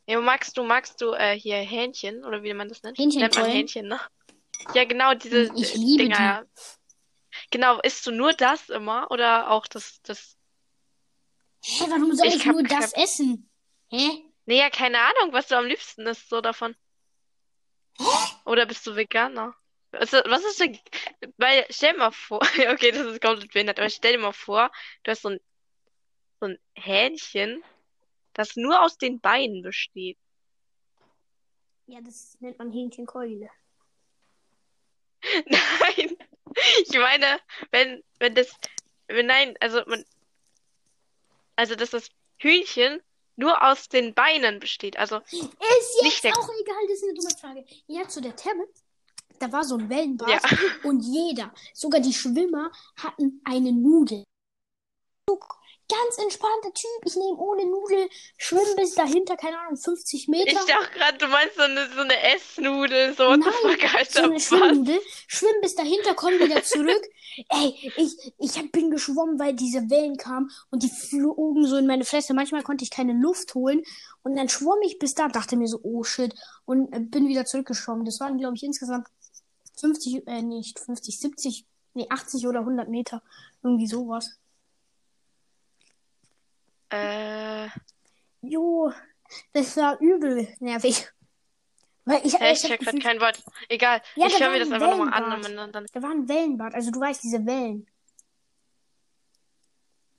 S2: Ja, magst du, magst du äh, hier Hähnchen oder wie man das nennt?
S1: Hähnchen
S2: Nennt man
S1: keulen?
S2: Hähnchen, ne? Ja, genau, diese
S1: Ich
S2: äh,
S1: liebe
S2: Dinger.
S1: die.
S2: ja. Genau, isst du nur das immer oder auch das, das.
S1: Hä, warum soll ich,
S2: Ich hab
S1: nur
S2: kein-
S1: das essen? Hä?
S2: Nee, ja, keine Ahnung, was du am liebsten isst, so davon.
S1: Oh!
S2: Oder bist du Veganer? Also, was ist denn. Weil, stell dir mal vor, okay, das ist komplett behindert, aber stell dir mal vor, du hast so ein, so ein Hähnchen, das nur aus den Beinen besteht.
S1: Ja, das nennt man Hähnchenkeule.
S2: Nein, ich meine, wenn, wenn das, wenn nein, also man, also dass das Hühnchen nur aus den Beinen besteht. Also,
S1: Ist jetzt
S2: Nicht der-
S1: auch egal, das ist eine dumme Frage. Ja, zu der Tablet, da war so ein Wellenbad
S2: ja.
S1: und jeder, sogar die Schwimmer, hatten eine Nudel. So, ganz entspannter Typ, ich nehme ohne Nudel, schwimme bis dahinter, keine Ahnung, 50
S2: Ich
S1: Meter.
S2: dachte gerade, du meinst so eine, so eine Essnudel, so, what the
S1: Nein,
S2: fuck,
S1: so
S2: Alter,
S1: eine
S2: was?
S1: Schwimmnudel, schwimm ne? bis dahinter, komm wieder zurück. Ey, ich, ich hab, bin geschwommen, weil diese Wellen kamen und die flogen so in meine Fresse. Manchmal konnte ich keine Luft holen und dann schwamm ich bis da, dachte mir so, oh shit, und äh, bin wieder zurückgeschwommen. Das waren, glaube ich, insgesamt 50, äh, nicht 50, 70, nee, 80 oder 100 Meter. Irgendwie sowas.
S2: Äh,
S1: Jo, das war übel nervig. Weil ich,
S2: hä,
S1: ich
S2: ich
S1: hab
S2: check grad
S1: gefühlt-
S2: kein Wort. Egal,
S1: Ja,
S2: ich
S1: da
S2: höre
S1: war
S2: mir das
S1: ein
S2: einfach nochmal an
S1: Wellenbad.
S2: und dann, dann
S1: da war ein Wellenbad, also du weißt, diese Wellen.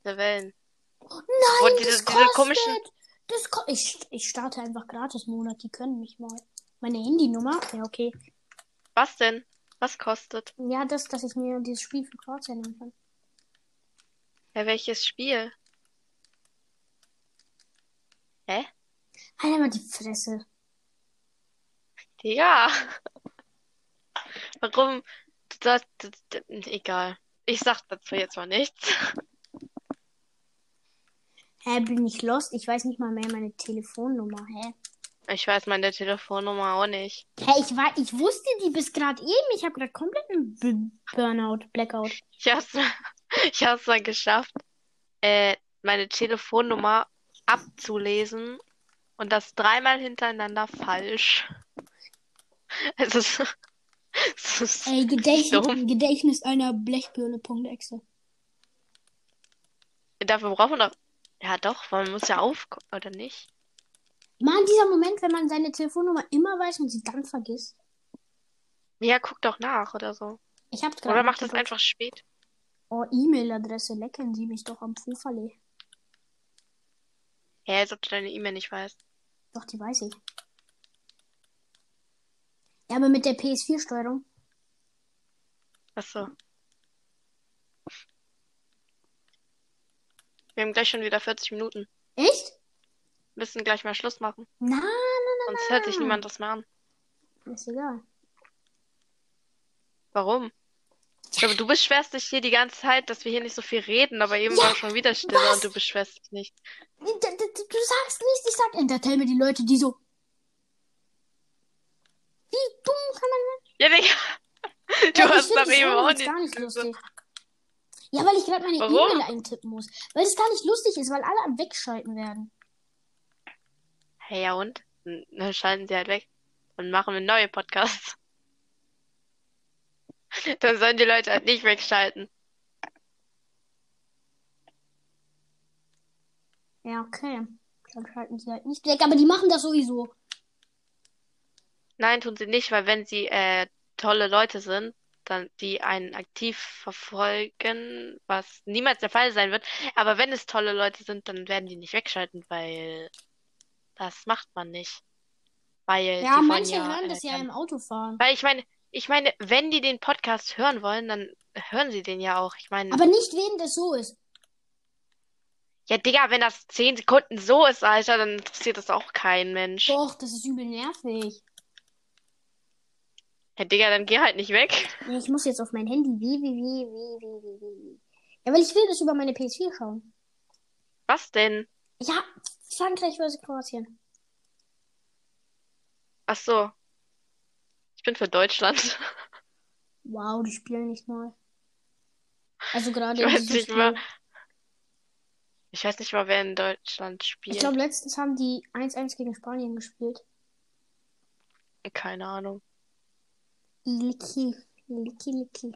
S2: diese Wellen.
S1: Nein,
S2: Wo
S1: das
S2: diese, diese
S1: kostet.
S2: komischen,
S1: Das ko ich, ich starte einfach gratis Monat, die können mich mal. Meine Handynummer? Ja, okay.
S2: was denn? Was kostet?
S1: Ja, das, dass ich mir dieses Spiel für Cloud nehmen kann.
S2: Ja, welches Spiel?
S1: Alter, mal Halt die Fresse.
S2: Ja. Warum? Das, das, das, egal. Ich sag dazu jetzt mal nichts.
S1: Hä, bin ich lost? Ich weiß nicht mal mehr meine Telefonnummer. Hä?
S2: Ich weiß meine Telefonnummer auch nicht.
S1: Hä, ich war, ich wusste die bis gerade eben. Ich habe gerade komplett einen B Burnout, Blackout.
S2: Ich hab's, ich hab's mal geschafft, äh, meine Telefonnummer abzulesen und das dreimal hintereinander falsch. Es ist, es ist,
S1: Ey, Gedächtnis,
S2: Dumm.
S1: Gedächtnis einer Blechbirne.exe.
S2: dafür braucht man doch, ja doch, man muss ja aufkommen, oder nicht?
S1: Mann, dieser Moment, wenn man seine Telefonnummer immer weiß und sie dann vergisst.
S2: Ja, guck doch nach oder so.
S1: Ich hab's gerade.
S2: Oder macht das
S1: nachgeguckt.
S2: einfach spät.
S1: Oh, E-Mail-Adresse, lecken Sie mich doch am Pufferle.
S2: Ja, als ob du deine E-Mail nicht weißt.
S1: Doch, die weiß ich. Ja, aber mit der PS4-Steuerung.
S2: Ach so. Wir haben gleich schon wieder 40 Minuten.
S1: Echt?
S2: Müssen gleich mal Schluss machen.
S1: Na,
S2: Sonst hört sich niemand das mal an.
S1: ist egal.
S2: Warum? Ich glaube, du beschwerst dich hier die ganze Zeit, dass wir hier nicht so viel reden, aber eben war schon wieder Stille
S1: was?
S2: und du beschwerst dich nicht.
S1: D- d- d- Du sagst nichts, ich sag entertain mir die Leute, die so. Wie dumm kann man.
S2: Ja, Digga. Du
S1: Ja, ich
S2: hast
S1: find
S2: doch
S1: die
S2: eben
S1: Sendung
S2: auch
S1: jetzt
S2: nicht.
S1: gar nicht lustig. Ja, weil ich gerade meine
S2: Warum?
S1: E-Mail eintippen muss. Weil es gar nicht lustig ist, weil alle am Wegschalten werden.
S2: Hey, ja und? Dann schalten sie halt weg. Dann machen wir neue Podcasts. Dann sollen die Leute halt nicht wegschalten.
S1: Ja, okay. Dann schalten sie halt nicht weg, aber die machen das sowieso.
S2: Nein, tun sie nicht, weil wenn sie äh, tolle Leute sind, dann die einen aktiv verfolgen, was niemals der Fall sein wird. Aber wenn es tolle Leute sind, dann werden die nicht wegschalten, weil das macht man nicht.
S1: Ja,
S2: Weil die wollen
S1: manche
S2: ja,
S1: hören
S2: äh,
S1: das ja
S2: dann-
S1: im Autofahren.
S2: Weil ich meine, ich meine, wenn die den Podcast hören wollen, dann hören sie den ja auch. Ich meine,
S1: Aber nicht, wem das so ist.
S2: ja, Digga, wenn das zehn Sekunden so ist, Alter, dann interessiert das auch kein Mensch.
S1: Doch, das ist übel nervig.
S2: Ja, Digga, dann geh halt nicht weg.
S1: Nee, Ich muss jetzt auf mein Handy. Wie, wie, wie, wie, wie, wie, wie, wie. Ja, weil ich will das über meine PS4 schauen.
S2: Was denn?
S1: Ja, Frankreich versus Kroatien.
S2: Ach so. Ich bin für Deutschland.
S1: Wow, die spielen nicht mal. Also gerade
S2: Ich
S1: in
S2: weiß
S1: diesem
S2: nicht
S1: Spiel.
S2: mal, Ich weiß nicht mal, wer in Deutschland
S1: Ich
S2: spielt.
S1: glaube, letztens haben die 1-1 gegen Spanien gespielt.
S2: Keine Ahnung.
S1: Licky, licky, licky.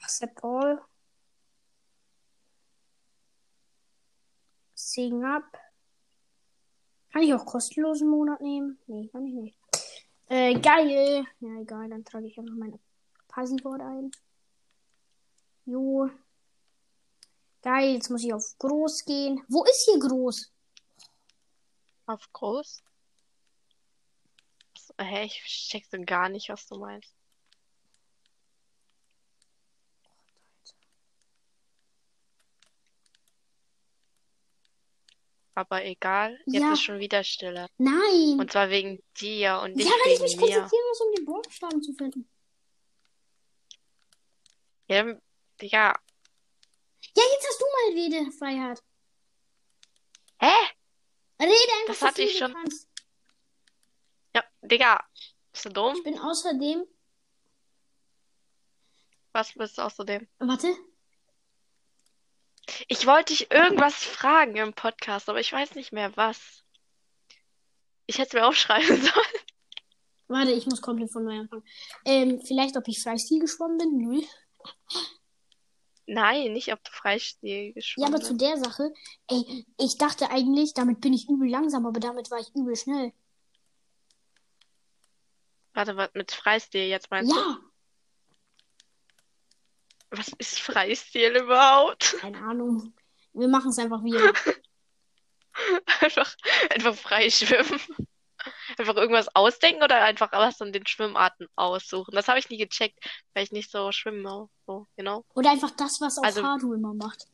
S1: Accept all. Sing up. Kann ich auch kostenlosen Monat nehmen? Nee, kann ich nicht. Äh, geil. Ja, egal, dann trage ich einfach mein Passwort ein. Jo. Geil, jetzt muss ich auf groß gehen. Wo ist hier groß?
S2: Auf groß? Was- Hä, ich check so gar nicht, was du meinst. aber egal. Jetzt
S1: Ja.
S2: ist schon wieder Stille.
S1: Nein!
S2: Und zwar wegen dir und nicht
S1: ja, weil ich
S2: wegen
S1: mich
S2: mir.
S1: konzentrieren muss, um die Buchstaben zu finden.
S2: Ja, m- ja.
S1: Ja, jetzt hast du mal Redefreiheit.
S2: Hä?
S1: Rede einfach,
S2: Das
S1: so
S2: hatte
S1: viel
S2: ich
S1: du
S2: schon.
S1: kannst.
S2: Ja, Digga. Bist du
S1: Ich
S2: dumm?
S1: bin außerdem.
S2: Was bist du außerdem?
S1: Warte.
S2: Ich wollte dich irgendwas fragen im Podcast, aber ich weiß nicht mehr was. Ich hätte es mir aufschreiben sollen.
S1: Warte, ich muss komplett von neu anfangen. Ähm, vielleicht, ob ich Freistil geschwommen bin? Null.
S2: Nein, nicht, ob du Freistil
S1: Ja,
S2: geschwommen
S1: aber zu
S2: bist.
S1: der Sache, ey, ich dachte eigentlich, damit bin ich übel langsam, aber damit war ich übel schnell.
S2: Warte, was mit Freistil jetzt meinst du?
S1: Ja,
S2: Was ist Freistil überhaupt?
S1: keine Ahnung. Wir machen es einfach wieder.
S2: Einfach, einfach frei schwimmen. Einfach irgendwas ausdenken oder einfach was an den Schwimmarten aussuchen. Das habe ich nie gecheckt, weil ich nicht so schwimme. So, genau.
S1: Oder einfach das, was auch
S2: Also-
S1: Haru immer macht.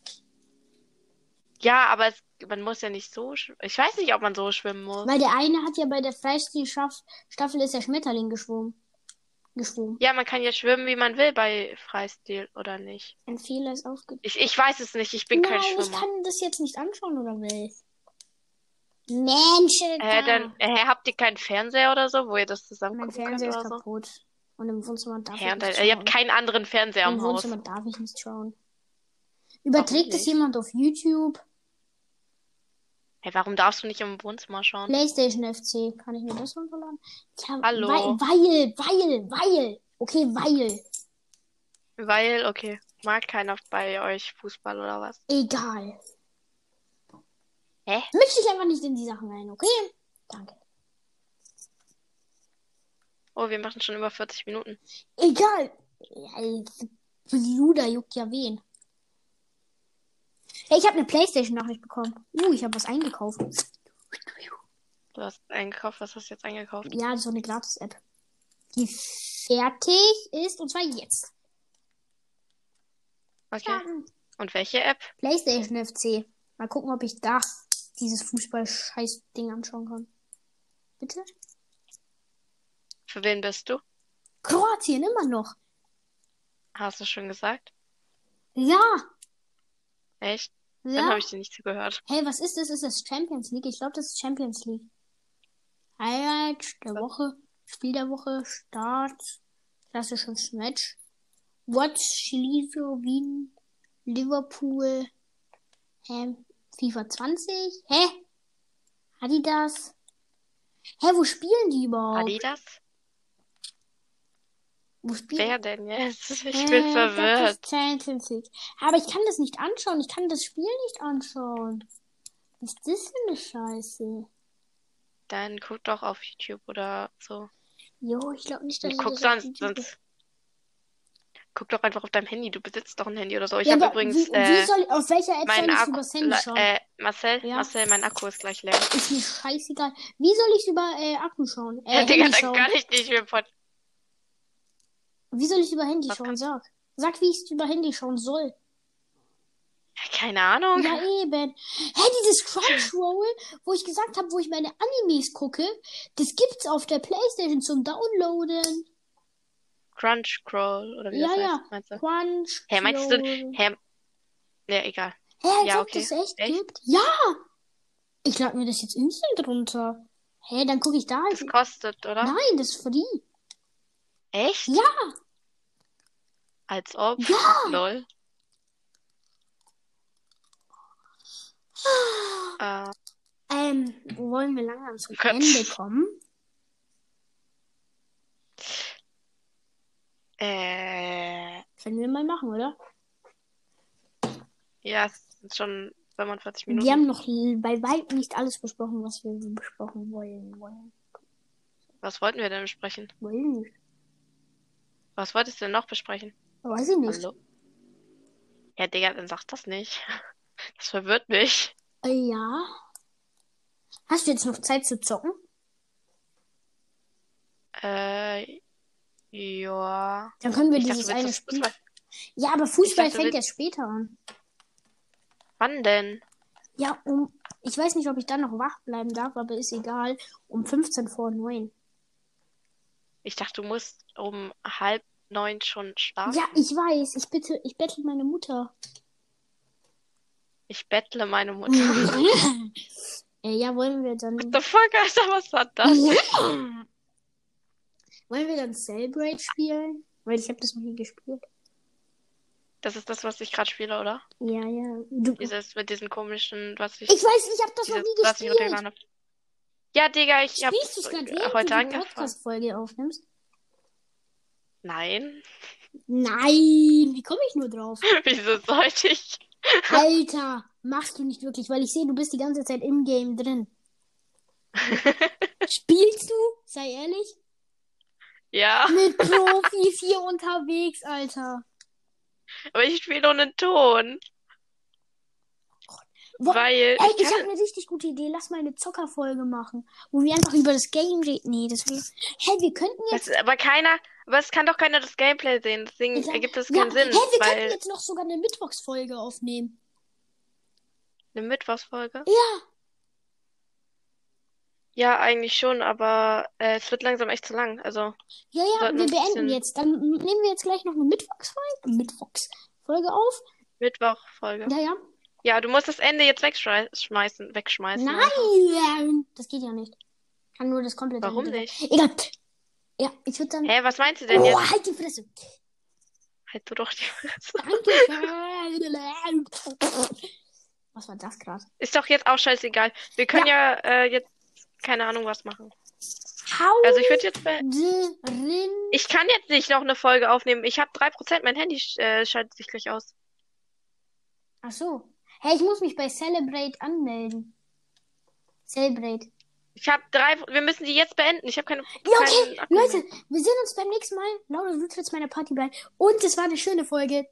S2: Ja, aber es, man muss ja nicht so schwimmen. Ich weiß nicht, ob man so schwimmen muss.
S1: Weil der eine hat ja bei der Freistil-Staffel ist der Schmetterling geschwommen. Geschwommen.
S2: Ja, man kann ja schwimmen, wie man will bei Freistil, oder nicht?
S1: Ein Fehler ist aufge...
S2: Ich, ich weiß es nicht, ich bin
S1: Nein,
S2: kein
S1: ich
S2: Schwimmer.
S1: kann das jetzt nicht anschauen, oder was? Mensch,
S2: Äh,
S1: Alter.
S2: dann, äh, habt ihr keinen Fernseher oder so, wo ihr das zusammen
S1: Mein
S2: gucken
S1: Fernseher
S2: könnt
S1: ist
S2: oder so?
S1: kaputt. Und im Wohnzimmer darf
S2: Hä,
S1: ich
S2: und dann,
S1: nicht
S2: ihr habt
S1: schauen.
S2: keinen anderen Fernseher
S1: Im
S2: im Haus.
S1: Wohnzimmer darf ich nicht schauen. Überträgt es
S2: nicht?
S1: jemand auf YouTube?
S2: Hm. Hey, warum darfst du nicht im Wohnzimmer schauen?
S1: PlayStation FC, kann ich mir das runterladen? Ja,
S2: Hallo?
S1: Weil, weil, weil, weil. Okay, weil.
S2: Weil, okay, mag keiner bei euch Fußball oder was?
S1: Egal.
S2: Hä?
S1: Misch dich einfach nicht in die Sachen rein, okay? Danke.
S2: Oh, wir machen schon über 40 Minuten.
S1: Egal. Ja, Bruder juckt ja wen. Hey, ich habe eine PlayStation-Nachricht bekommen. Uh, ich habe was eingekauft.
S2: Du hast eingekauft, was hast du jetzt eingekauft?
S1: Ja, so eine Gratis-App. Die fertig ist, und zwar jetzt.
S2: Okay. Und welche App?
S1: PlayStation FC. Mal gucken, ob ich da dieses Fußball-Scheiß-Ding anschauen kann. Bitte?
S2: Für wen bist du?
S1: Kroatien immer noch.
S2: Hast du schon gesagt?
S1: Ja.
S2: Echt? Dann
S1: Ja.
S2: habe ich dir nicht zugehört.
S1: Hey, was ist das? Ist das Champions League? Ich glaube, das ist Champions League. Highlight der Woche, Spiel der Woche, Start, klassisches Match. Watch, Schließe, Wien, Liverpool, ähm, FIFA 20. Hä? Adidas? Hä, wo spielen die überhaupt?
S2: Adidas?
S1: wo spielen
S2: Wer denn jetzt? Ich
S1: Äh,
S2: bin
S1: das
S2: verwirrt.
S1: ist Champions League. Aber ich kann das nicht anschauen. Ich kann das Spiel nicht anschauen. Was ist das für eine Scheiße?
S2: Dann guck doch auf YouTube oder so.
S1: Jo, ich glaube nicht, dass ich
S2: guck
S1: das auf
S2: sonst,
S1: YouTube-
S2: sonst. Guck doch einfach auf deinem Handy. Du besitzt doch ein Handy oder so. Ich
S1: ja,
S2: habe
S1: aber
S2: übrigens
S1: wie,
S2: äh,
S1: wie soll, auf welcher App soll
S2: meinen
S1: ich
S2: Akku.
S1: übers Handy schauen?
S2: Äh, Marcel,
S1: Ja.
S2: Marcel, mein Akku ist gleich leer.
S1: Ist mir scheißegal. Wie soll ich über äh, Akku schauen? Äh,
S2: Ja, Digga,
S1: Handy
S2: dann
S1: schauen?
S2: kann ich nicht mehr pod
S1: Wie soll ich über Handy
S2: Was
S1: schauen? Sag. Sag, wie ich über Handy schauen soll.
S2: Keine Ahnung.
S1: Ja, eben. Hä, dieses Crunchyroll, wo ich gesagt habe, wo ich meine Animes gucke, das gibt's auf der Playstation zum Downloaden.
S2: Crunchcrawl oder wie
S1: Ja,
S2: das
S1: ja.
S2: heißt, meinst du?
S1: Crunch.
S2: Hä, meinst du-
S1: Hä,
S2: Hä? Ja, egal.
S1: als
S2: Ja,
S1: ob
S2: okay.
S1: das echt,
S2: Echt?
S1: gibt? Ja! Ich lade mir das jetzt instant runter. Hä, dann gucke ich da. halt
S2: Das kostet, oder?
S1: Nein, das ist free.
S2: Echt?
S1: Ja.
S2: Als ob.
S1: Ja.
S2: Lol. Äh,
S1: Ähm, wo wollen wir langsam zum
S2: Köpf.
S1: Ende kommen?
S2: äh,
S1: Können wir mal machen, oder?
S2: ja, es sind schon 45 Minuten.
S1: Wir haben noch l- bei weitem nicht alles besprochen, was wir besprochen wollen. Wollen,
S2: Was wollten wir denn besprechen?
S1: wollen nicht.
S2: Was wolltest du denn noch besprechen?
S1: Weiß ich nicht.
S2: Hallo? Ja, Digga, dann sag das nicht. Das verwirrt mich.
S1: Äh, ja. Hast du jetzt noch Zeit zu zocken?
S2: Äh, ja.
S1: Dann können wir
S2: Ich dachte,
S1: dieses
S2: du willst
S1: eine
S2: das
S1: Spiel.
S2: Fußball-
S1: Ja, aber Fußball
S2: dachte, du
S1: fängt
S2: willst-
S1: erst später an.
S2: Wann denn?
S1: Ja, um Ich weiß nicht, ob ich dann noch wach bleiben darf, aber ist egal. Um 15 vor 9.
S2: Ich dachte, du musst um halb neun schon schlafen.
S1: Ja, ich weiß. Ich bitte, ich bettel meine Mutter.
S2: Ich bettle meine Mutter. What
S1: äh, ja, wollen wir dann.
S2: the fuck, Alter, was war das?
S1: wollen wir dann Celebrate spielen? Weil ich habe das noch nie gespielt.
S2: Das ist das, was ich gerade spiele, oder?
S1: Ja, ja. Du, ich
S2: Dieses mit diesen komischen, was ich,
S1: weiß, ich habe das noch
S2: dieses,
S1: nie
S2: was ich
S1: gespielt.
S2: runtergeladen habe. Ja, Digga, ich habe
S1: Spielst du es gerade, während
S2: heute
S1: du die
S2: angefangen.
S1: Podcast-Folge aufnimmst?
S2: Nein.
S1: Nein, wie komme ich nur drauf?
S2: Wieso sollte ich?
S1: Alter, machst du nicht wirklich, weil ich sehe, du bist die ganze Zeit im Game drin. Spielst du? Sei ehrlich.
S2: Ja,
S1: Mit Profis hier unterwegs, Alter.
S2: aber ich spiele ohne Ton.
S1: Wo-
S2: Weil
S1: Ey,
S2: ich
S1: ich habe
S2: kann,
S1: eine richtig gute Idee. Lass mal eine Zockerfolge machen, wo wir einfach über das Game reden. Nee, das will... Hä, wir könnten jetzt...
S2: das, aber keiner, aber es kann doch keiner das Gameplay sehen, deswegen
S1: Ich sag-
S2: ergibt das
S1: Ja,
S2: keinen Sinn,
S1: hä, wir könnten
S2: weil
S1: jetzt noch sogar eine Mittwochsfolge aufnehmen.
S2: eine Mittwochsfolge.
S1: Ja,
S2: Ja, eigentlich schon, aber äh, es wird langsam echt zu lang. Also,
S1: ja, ja,
S2: Sollten
S1: wir
S2: wir ein
S1: beenden
S2: bisschen-
S1: jetzt. Dann nehmen wir jetzt gleich noch eine Mittwochsfolge, Mittwochsfolge auf.
S2: Mittwochfolge.
S1: Ja, ja.
S2: Ja, du musst das Ende jetzt wegschmeißen, wegschmeißen.
S1: Nein, das geht ja nicht. Kann nur das komplette
S2: Warum
S1: Video-
S2: nicht?
S1: Egal. Ja, ich würde dann.
S2: Hä, was meinst du denn
S1: Oh,
S2: jetzt?
S1: halt die Fresse.
S2: Halt du doch die Fresse.
S1: Danke. Was war das gerade?
S2: Ist doch jetzt auch scheißegal. Wir können ja, äh, jetzt keine Ahnung was machen.
S1: Hau
S2: Also ich würde jetzt, be- Also
S1: drin.
S2: ich kann jetzt nicht noch eine Folge aufnehmen. Ich habe 3%, mein Handy sch- äh, schaltet sich gleich aus.
S1: Ach so. Hey, ich muss mich bei Celebrate anmelden. Celebrate.
S2: Ich habe drei, wir müssen die jetzt beenden. Ich habe keine,
S1: Ja, okay.
S2: keinen Akku mehr.
S1: Leute, wir sehen uns beim nächsten Mal. Laura wird jetzt meiner Party bleiben. Und es war eine schöne Folge.